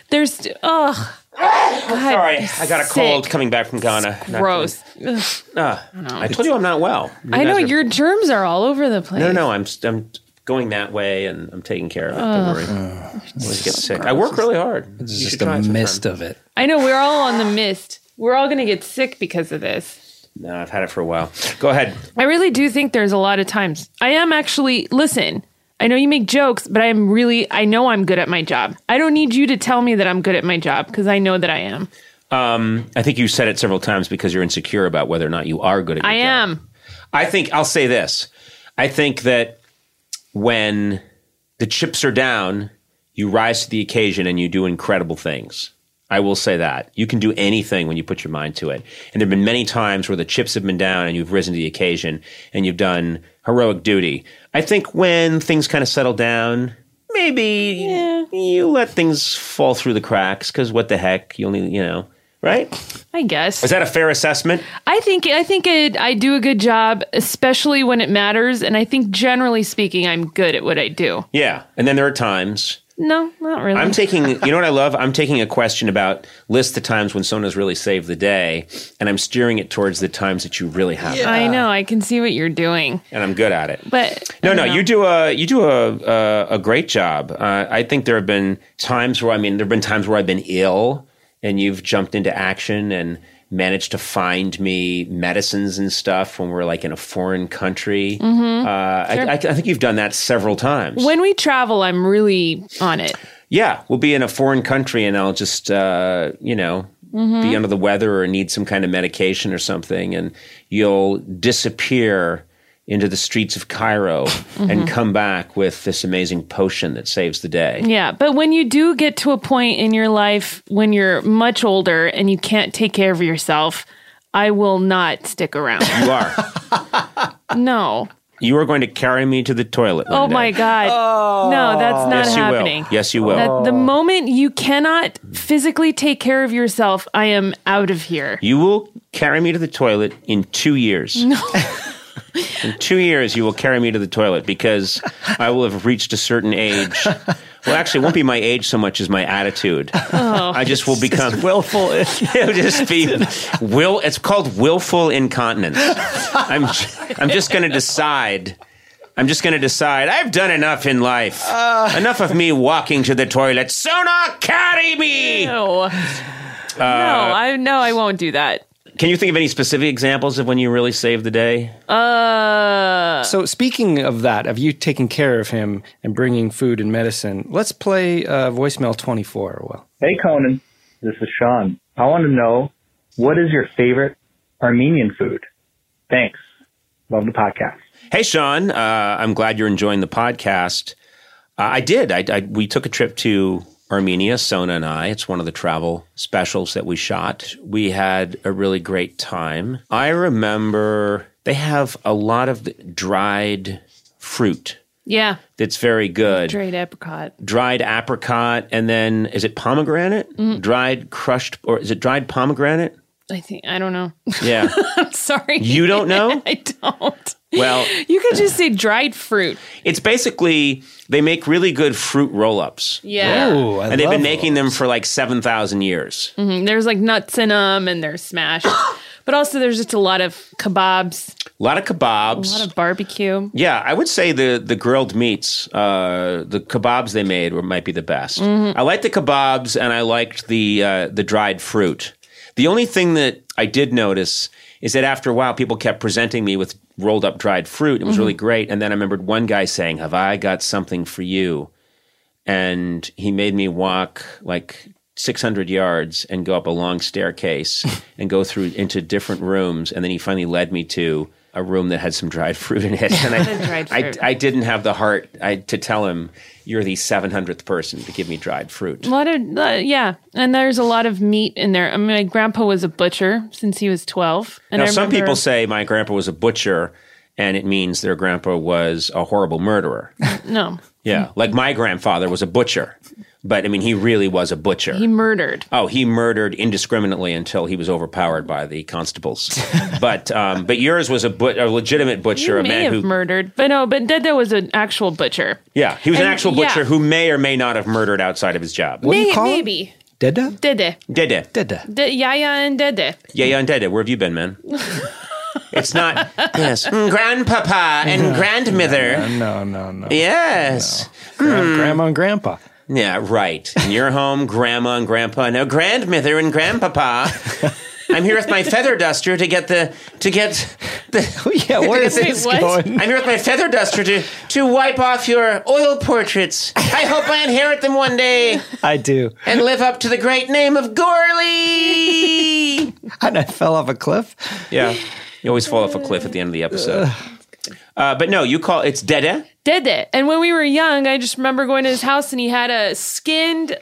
[SPEAKER 3] There's, t- ugh. God,
[SPEAKER 1] Sorry,
[SPEAKER 3] I'm
[SPEAKER 1] I got a
[SPEAKER 3] sick.
[SPEAKER 1] cold coming back from Ghana. Not
[SPEAKER 3] Gross. Ugh.
[SPEAKER 1] feeling- Ah, I told you I'm not well. You
[SPEAKER 3] I
[SPEAKER 1] guys
[SPEAKER 3] know
[SPEAKER 1] are-
[SPEAKER 3] your germs are all over the place.
[SPEAKER 1] No, no, I'm I'm going that way, and I'm taking care of it. Don't worry. Always get sick. I work really hard.
[SPEAKER 6] It's
[SPEAKER 1] You should
[SPEAKER 6] just
[SPEAKER 1] try
[SPEAKER 6] a
[SPEAKER 1] it sometime.
[SPEAKER 6] mist of it.
[SPEAKER 3] I know we're all on the mist. We're all going to get sick because of this.
[SPEAKER 1] No, I've had it for a while. Go ahead.
[SPEAKER 3] I really do think there's a lot of times. I am actually, listen, I know you make jokes, but I am really, I know I'm good at my job. I don't need you to tell me that I'm good at my job because I know that I am.
[SPEAKER 1] Um, I think you said it several times because you're insecure about whether or not you are good at. Your
[SPEAKER 3] I
[SPEAKER 1] job.
[SPEAKER 3] am.
[SPEAKER 1] I think I'll say this. I think that when the chips are down, you rise to the occasion and you do incredible things. I will say that. You can do anything when you put your mind to it. And there have been many times where the chips have been down and you've risen to the occasion and you've done heroic duty. I think when things kind of settle down,
[SPEAKER 9] maybe you let things fall through the cracks because what the heck? You only, you know, right?
[SPEAKER 3] I guess.
[SPEAKER 1] Is that a fair assessment?
[SPEAKER 3] I think I think it, I do a good job, especially when it matters, and I think generally speaking, I'm good at what I do.
[SPEAKER 9] Yeah. And then there are times.
[SPEAKER 3] No, not really.
[SPEAKER 9] I'm taking, you know what I love? I'm taking a question about list the times when Sona's really saved the day, and I'm steering it towards the times that you really have.
[SPEAKER 3] I know. I can see what you're doing,
[SPEAKER 9] And I'm good at it.
[SPEAKER 3] but
[SPEAKER 9] No,
[SPEAKER 3] I
[SPEAKER 9] no,
[SPEAKER 3] don't know.
[SPEAKER 9] you do a you do a a, a great job. Uh, I think there have been times where I mean there have been times where I've been ill, and you've jumped into action and managed to find me medicines and stuff when we're like in a foreign country.
[SPEAKER 3] Mm-hmm.
[SPEAKER 9] Uh, I, I, I think you've done that several times.
[SPEAKER 3] When we travel, I'm really on it.
[SPEAKER 9] yeah, we'll be in a foreign country, and I'll just uh, you know.
[SPEAKER 3] Mm-hmm.
[SPEAKER 9] Be under the weather or need some kind of medication or something, and you'll disappear into the streets of Cairo
[SPEAKER 3] Mm-hmm.
[SPEAKER 9] and come back with this amazing potion that saves the day.
[SPEAKER 3] Yeah, but when you do get to a point in your life when you're much older and you can't take care of yourself, I will not stick around.
[SPEAKER 9] You are.
[SPEAKER 3] no.
[SPEAKER 9] you are going to carry me to the toilet. one
[SPEAKER 3] Oh my
[SPEAKER 9] day.
[SPEAKER 3] god. No, that's not
[SPEAKER 9] Oh. Yes, you
[SPEAKER 3] happening.
[SPEAKER 9] will. Oh. Yes, you will.
[SPEAKER 3] That- the moment you cannot physically take care of yourself, I am out of here.
[SPEAKER 9] you will carry me to the toilet in two years. in two years, you will carry me to the toilet because I will have reached a certain age. Well, actually, it won't be my age so much as my attitude. I Oh. just will become
[SPEAKER 6] Oh,
[SPEAKER 9] willful. It'll just be will. It's called willful incontinence. I'm. j- I'm just going to decide. I'm just going to decide. I've done enough in life. enough of me walking to the toilet. Sona, carry me.
[SPEAKER 3] No. no, I no, I won't do that.
[SPEAKER 9] Can you think of any specific examples of when you really saved the day?
[SPEAKER 3] Uh
[SPEAKER 6] So speaking of that, of you taking care of him and bringing food and medicine, let's play uh, voicemail twenty four. Well,
[SPEAKER 10] Hey Conan, this is Sean. I want to know what is your favorite Armenian food? Thanks. Love the podcast.
[SPEAKER 9] Hey, Sean. Uh, I'm glad you're enjoying the podcast. Uh, I did. I, I we took a trip to Armenia. Sona and I. It's one of the travel specials that we shot. We had a really great time. I remember they have a lot of the dried fruit
[SPEAKER 3] yeah.
[SPEAKER 9] that's very good.
[SPEAKER 3] Dried apricot.
[SPEAKER 9] dried apricot, and then is it pomegranate? Dried crushed, or is it dried pomegranate?
[SPEAKER 3] I think I don't know.
[SPEAKER 9] Yeah.
[SPEAKER 3] I'm sorry.
[SPEAKER 9] You don't know?
[SPEAKER 3] I don't.
[SPEAKER 9] well,
[SPEAKER 3] You could just say dried fruit.
[SPEAKER 9] it's basically they make really good fruit roll ups.
[SPEAKER 3] Yeah.
[SPEAKER 6] oh, I
[SPEAKER 9] and they've
[SPEAKER 6] love
[SPEAKER 9] been making them for like 7,000 years.
[SPEAKER 3] Mhm. There's like nuts in them and they're smashed. but also there's just a lot of kebabs,
[SPEAKER 9] A lot of kebabs.
[SPEAKER 3] a lot of barbecue.
[SPEAKER 9] yeah, I would say the, the grilled meats, uh, the kebabs they made were might be the best.
[SPEAKER 3] Mm-hmm.
[SPEAKER 9] I liked the kebabs and I liked the uh, the dried fruit. The only thing that I did notice is that after a while, people kept presenting me with rolled up dried fruit. It
[SPEAKER 3] Mm-hmm.
[SPEAKER 9] was really great. And then I remembered one guy saying, "Have I got something for you?" and he made me walk like 600 yards and go up a long staircase and go through into different rooms and then he finally led me to a room that had some dried fruit in it and
[SPEAKER 3] Dried
[SPEAKER 9] I,
[SPEAKER 3] fruit.
[SPEAKER 9] I, I didn't have the heart I, to tell him you're the 700th person to give me dried fruit
[SPEAKER 3] A lot of uh, yeah, and there's a lot of meat in there. I mean, my grandpa was a butcher since he was 12. And
[SPEAKER 9] now
[SPEAKER 3] I
[SPEAKER 9] some
[SPEAKER 3] remember-
[SPEAKER 9] people say my grandpa was a butcher and it means their grandpa was a horrible murderer
[SPEAKER 3] no,
[SPEAKER 9] yeah like my grandfather was a butcher but i mean he really was a butcher
[SPEAKER 3] he murdered.
[SPEAKER 9] Oh, he murdered indiscriminately until he was overpowered by the constables. but um, but yours was a, but- a legitimate butcher,
[SPEAKER 3] he
[SPEAKER 9] a
[SPEAKER 3] may
[SPEAKER 9] man
[SPEAKER 3] have
[SPEAKER 9] who
[SPEAKER 3] murdered, but no, but Dada was an actual butcher.
[SPEAKER 9] yeah, he was an
[SPEAKER 3] And-
[SPEAKER 9] actual
[SPEAKER 3] yeah.
[SPEAKER 9] butcher who may or may not have murdered outside of his job.
[SPEAKER 6] do you
[SPEAKER 3] May-
[SPEAKER 6] call him?
[SPEAKER 3] maybe
[SPEAKER 6] it. Deda,
[SPEAKER 3] Dede,
[SPEAKER 9] Dede,
[SPEAKER 6] Deda.
[SPEAKER 3] De- Yaya, and Dede.
[SPEAKER 9] yeah, yeah, and Dede, where have you been, man? it's not yes, Mm, grandpapa and grandmother.
[SPEAKER 6] No, no, no.
[SPEAKER 9] Yes.
[SPEAKER 6] Gran-
[SPEAKER 1] Hmm.
[SPEAKER 6] Grandma and Grandpa.
[SPEAKER 9] Yeah, right. In your home, grandma and grandpa. No, grandmother and grandpapa. I'm here with my feather duster to get the to get the
[SPEAKER 6] Oh, Yeah, where is
[SPEAKER 9] Wait,
[SPEAKER 6] this
[SPEAKER 3] what?
[SPEAKER 6] going?
[SPEAKER 9] I'm here with my feather duster to, to wipe off your oil portraits. I hope I inherit them one day
[SPEAKER 6] I do,
[SPEAKER 9] and live up to the great name of Gorley.
[SPEAKER 6] and I fell off a cliff.
[SPEAKER 9] Yeah, you always fall off a cliff at the end of the episode. Uh, but no, you call it's Dede.
[SPEAKER 3] Dede. And when we were young, I just remember going to his house and he had a skinned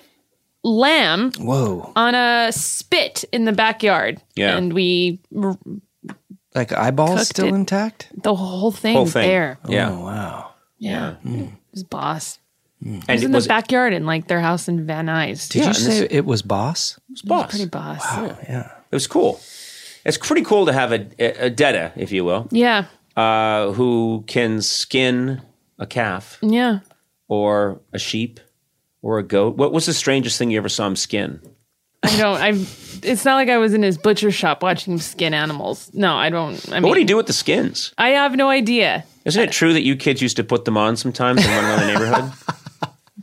[SPEAKER 3] lamb
[SPEAKER 6] Whoa,
[SPEAKER 3] on a spit in the backyard.
[SPEAKER 9] Yeah.
[SPEAKER 3] And we,
[SPEAKER 6] like eyeballs
[SPEAKER 3] Cooked
[SPEAKER 6] still
[SPEAKER 3] it.
[SPEAKER 6] intact?
[SPEAKER 3] the whole thing, there.
[SPEAKER 9] Yeah,
[SPEAKER 6] Oh wow.
[SPEAKER 3] Yeah. His boss. It was in the backyard in like their house in Van Nuys.
[SPEAKER 6] Did you say it was boss?
[SPEAKER 3] It was boss? pretty boss. Wow.
[SPEAKER 6] Yeah.
[SPEAKER 9] It was cool. It's pretty cool to have a, a, a detta, if you will,
[SPEAKER 3] Yeah.
[SPEAKER 9] uh, who can skin a calf
[SPEAKER 3] Yeah.
[SPEAKER 9] or a sheep or a goat. What was the strangest thing you ever saw him skin?
[SPEAKER 3] I don't. I. It's not like I was in his butcher shop watching him skin animals. No, I don't. I mean,
[SPEAKER 9] But what do you do with the skins?
[SPEAKER 3] I have no idea.
[SPEAKER 9] Isn't it true that you kids used to put them on sometimes and run around the neighborhood?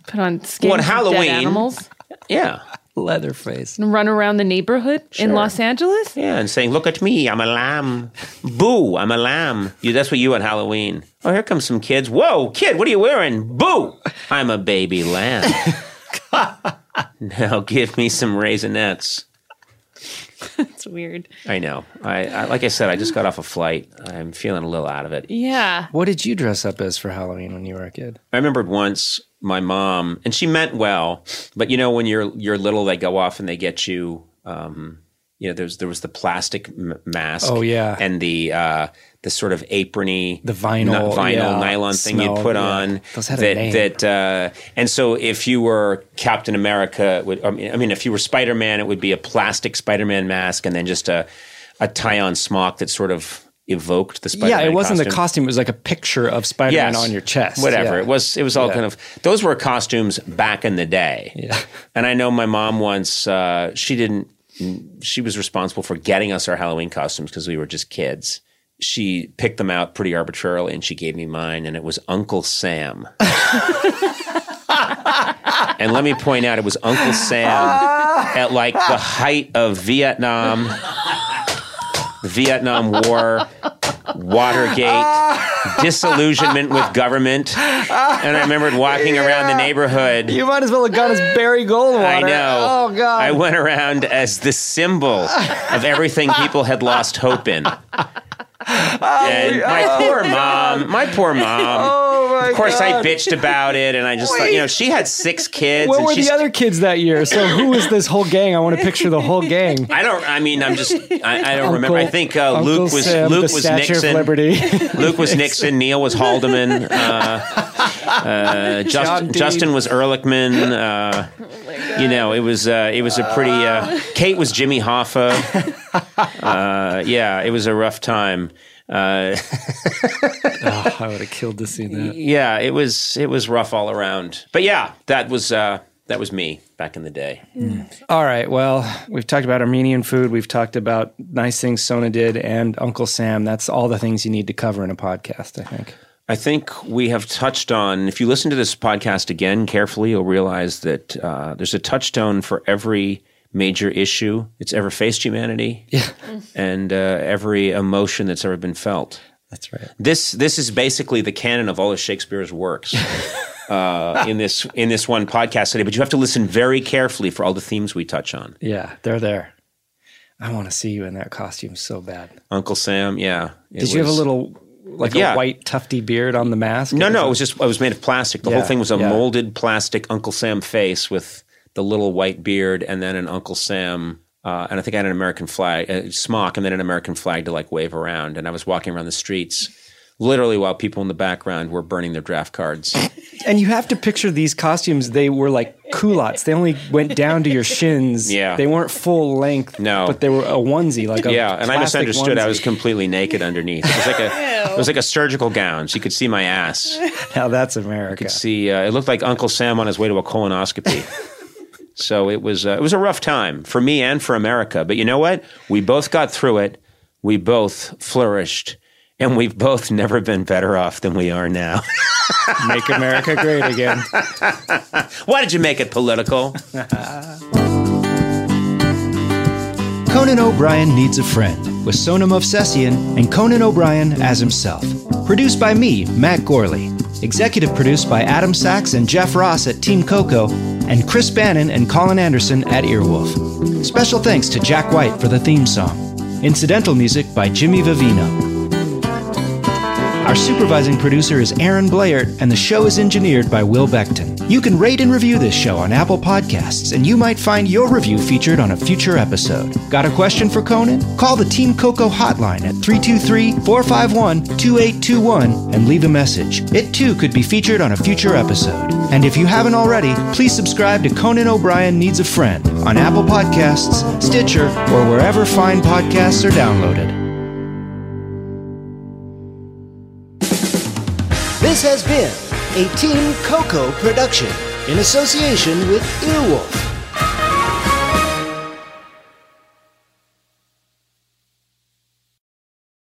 [SPEAKER 3] Put on skin
[SPEAKER 9] Well, on
[SPEAKER 3] Dead
[SPEAKER 9] Halloween-
[SPEAKER 3] animals
[SPEAKER 9] Yeah.
[SPEAKER 6] Leatherface.
[SPEAKER 3] and run around the neighborhood in Los Angeles.
[SPEAKER 9] Yeah, and saying, "Look at me, I'm a lamb. Boo, I'm a lamb." You, that's what you at Halloween. Oh, here comes some kids. Whoa, kid, what are you wearing? Boo, I'm a baby lamb. now give me some raisinettes.
[SPEAKER 3] it's weird.
[SPEAKER 9] I know. I, I like I said, I just got off a flight. I'm feeling a little out of it.
[SPEAKER 3] Yeah.
[SPEAKER 6] What did you dress up as for Halloween when you were a kid?
[SPEAKER 9] I remembered once my mom, and she meant well, but you know when you're you're little, they go off and they get you. Um, you know, there's there was the plastic m- mask.
[SPEAKER 6] Oh, yeah.
[SPEAKER 9] and the uh, the sort of aprony, the
[SPEAKER 6] vinyl,
[SPEAKER 9] vinyl
[SPEAKER 6] yeah,
[SPEAKER 9] nylon thing you'd
[SPEAKER 6] smell,
[SPEAKER 9] put
[SPEAKER 6] yeah.
[SPEAKER 9] on.
[SPEAKER 6] Those had a
[SPEAKER 9] that
[SPEAKER 6] name.
[SPEAKER 9] that, uh, and so if you were Captain America, it would I mean, I mean, if you were Spider Man, it would be a plastic Spider Man mask, and then just a a tie on smock that sort of evoked the Spider Man.
[SPEAKER 6] yeah, it wasn't the costume. It was like a picture of Spider Man
[SPEAKER 9] Yes.
[SPEAKER 6] on your chest.
[SPEAKER 9] Whatever.
[SPEAKER 6] Yeah.
[SPEAKER 9] It was it was all
[SPEAKER 6] Yeah.
[SPEAKER 9] kind of those were costumes back in the day. Yeah. And I know my mom once uh, she didn't she was responsible for getting us our Halloween costumes because we were just kids. She picked them out pretty arbitrarily and she gave me mine and it was Uncle Sam. and let me point out it was Uncle Sam
[SPEAKER 6] Ah.
[SPEAKER 9] at like the height of Vietnam. the Vietnam War, Watergate, disillusionment with government. And I remembered walking around the neighborhood.
[SPEAKER 6] You might as well have gone as Barry Goldwater.
[SPEAKER 9] I know.
[SPEAKER 6] Oh God.
[SPEAKER 9] I went around as the symbol of everything people had lost hope in. and my poor mom, my poor mom.
[SPEAKER 6] Oh, my
[SPEAKER 9] of course, I
[SPEAKER 6] God.
[SPEAKER 9] bitched about it, and I just thought, you know, she had six kids.
[SPEAKER 6] Where
[SPEAKER 9] and
[SPEAKER 6] were
[SPEAKER 9] she's
[SPEAKER 6] the other kids that year? So who was this whole gang? I want to picture the whole gang.
[SPEAKER 9] I don't. I mean, I'm just. I, I don't
[SPEAKER 6] Uncle-
[SPEAKER 9] remember. I think uh,
[SPEAKER 6] Uncle
[SPEAKER 9] Luke was
[SPEAKER 6] Sam,
[SPEAKER 9] Luke
[SPEAKER 6] the
[SPEAKER 9] was
[SPEAKER 6] Statue of
[SPEAKER 9] Nixon.
[SPEAKER 6] Liberty.
[SPEAKER 9] Luke was Nixon. Neil was Haldeman. Uh, uh, Just-
[SPEAKER 6] John Dean.
[SPEAKER 9] Justin was Ehrlichman. Uh, you know, it was uh, it was a pretty. Uh, Kate was Jimmy Hoffa. Uh, yeah, it was a rough time. Uh,
[SPEAKER 6] Oh, I would have killed to see that.
[SPEAKER 9] yeah, it was it was rough all around. But yeah, that was uh, that was me back in the day.
[SPEAKER 6] All right. Well, we've talked about Armenian food. We've talked about nice things Sona did and Uncle Sam. That's all the things you need to cover in a podcast, I think.
[SPEAKER 9] I think we have touched on. If you listen to this podcast again carefully, you'll realize that uh, there's a touchstone for every major issue that's ever faced humanity, yeah. and uh, every emotion that's ever been felt.
[SPEAKER 6] That's right.
[SPEAKER 9] This this is basically the canon of all of Shakespeare's works. Uh, in this in this one podcast today, but you have to listen very carefully for all the themes we touch on.
[SPEAKER 6] Yeah, they're there. I want to see you in that costume so bad.
[SPEAKER 9] Uncle Sam, yeah. it
[SPEAKER 6] Did you have a
[SPEAKER 9] was-
[SPEAKER 6] little, like
[SPEAKER 9] Yeah.
[SPEAKER 6] a white tufty beard on the mask?
[SPEAKER 9] No, no, it was just it was made of plastic. The
[SPEAKER 6] Yeah,
[SPEAKER 9] whole thing was a
[SPEAKER 6] yeah.
[SPEAKER 9] molded plastic Uncle Sam face with the little white beard, and then an Uncle Sam. Uh, and I think I had an American flag uh, smock, and then an American flag to like wave around. And I was walking around the streets, literally while people in the background were burning their draft cards.
[SPEAKER 6] And you have to picture these costumes. They were like culottes. They only went down to your shins.
[SPEAKER 9] Yeah.
[SPEAKER 6] They weren't full length.
[SPEAKER 9] No.
[SPEAKER 6] But they were a onesie, like a
[SPEAKER 9] yeah, and I
[SPEAKER 6] plastic
[SPEAKER 9] misunderstood. I
[SPEAKER 6] onesie.
[SPEAKER 9] was completely naked underneath. It was like a it was like a surgical gown. So you could see my ass.
[SPEAKER 6] Now that's America.
[SPEAKER 9] see uh, it looked like Uncle Sam on his way to a colonoscopy. so it was uh, it was a rough time for me and for America. But you know what? We both got through it. We both flourished, and we've both never been better off than we are now.
[SPEAKER 6] Make America great again.
[SPEAKER 9] Why did you make it political?
[SPEAKER 11] Conan O'Brien Needs a Friend with Sonam Ovsesian and Conan O'Brien as himself. Produced by me, Matt Gorley. Executive produced by Adam Sachs and Jeff Ross at Team Coco, and Chris Bannon and Colin Anderson at Earwolf. Special thanks to Jack White for the theme song. Incidental music by Jimmy Vivino.
[SPEAKER 6] Our supervising producer is Aaron Blair, and the show is engineered by Will Beckton. You can rate and review this show on Apple Podcasts, and you might find your review featured on a future episode. Got a question for Conan? Call the Team Coco hotline at 323 451 2821 and leave a message. It too could be featured on a future episode. And if you haven't already, please subscribe to Conan O'Brien Needs a Friend on Apple Podcasts, Stitcher, or wherever fine podcasts are downloaded.
[SPEAKER 12] This has been a Team Coco production in association with Earwolf.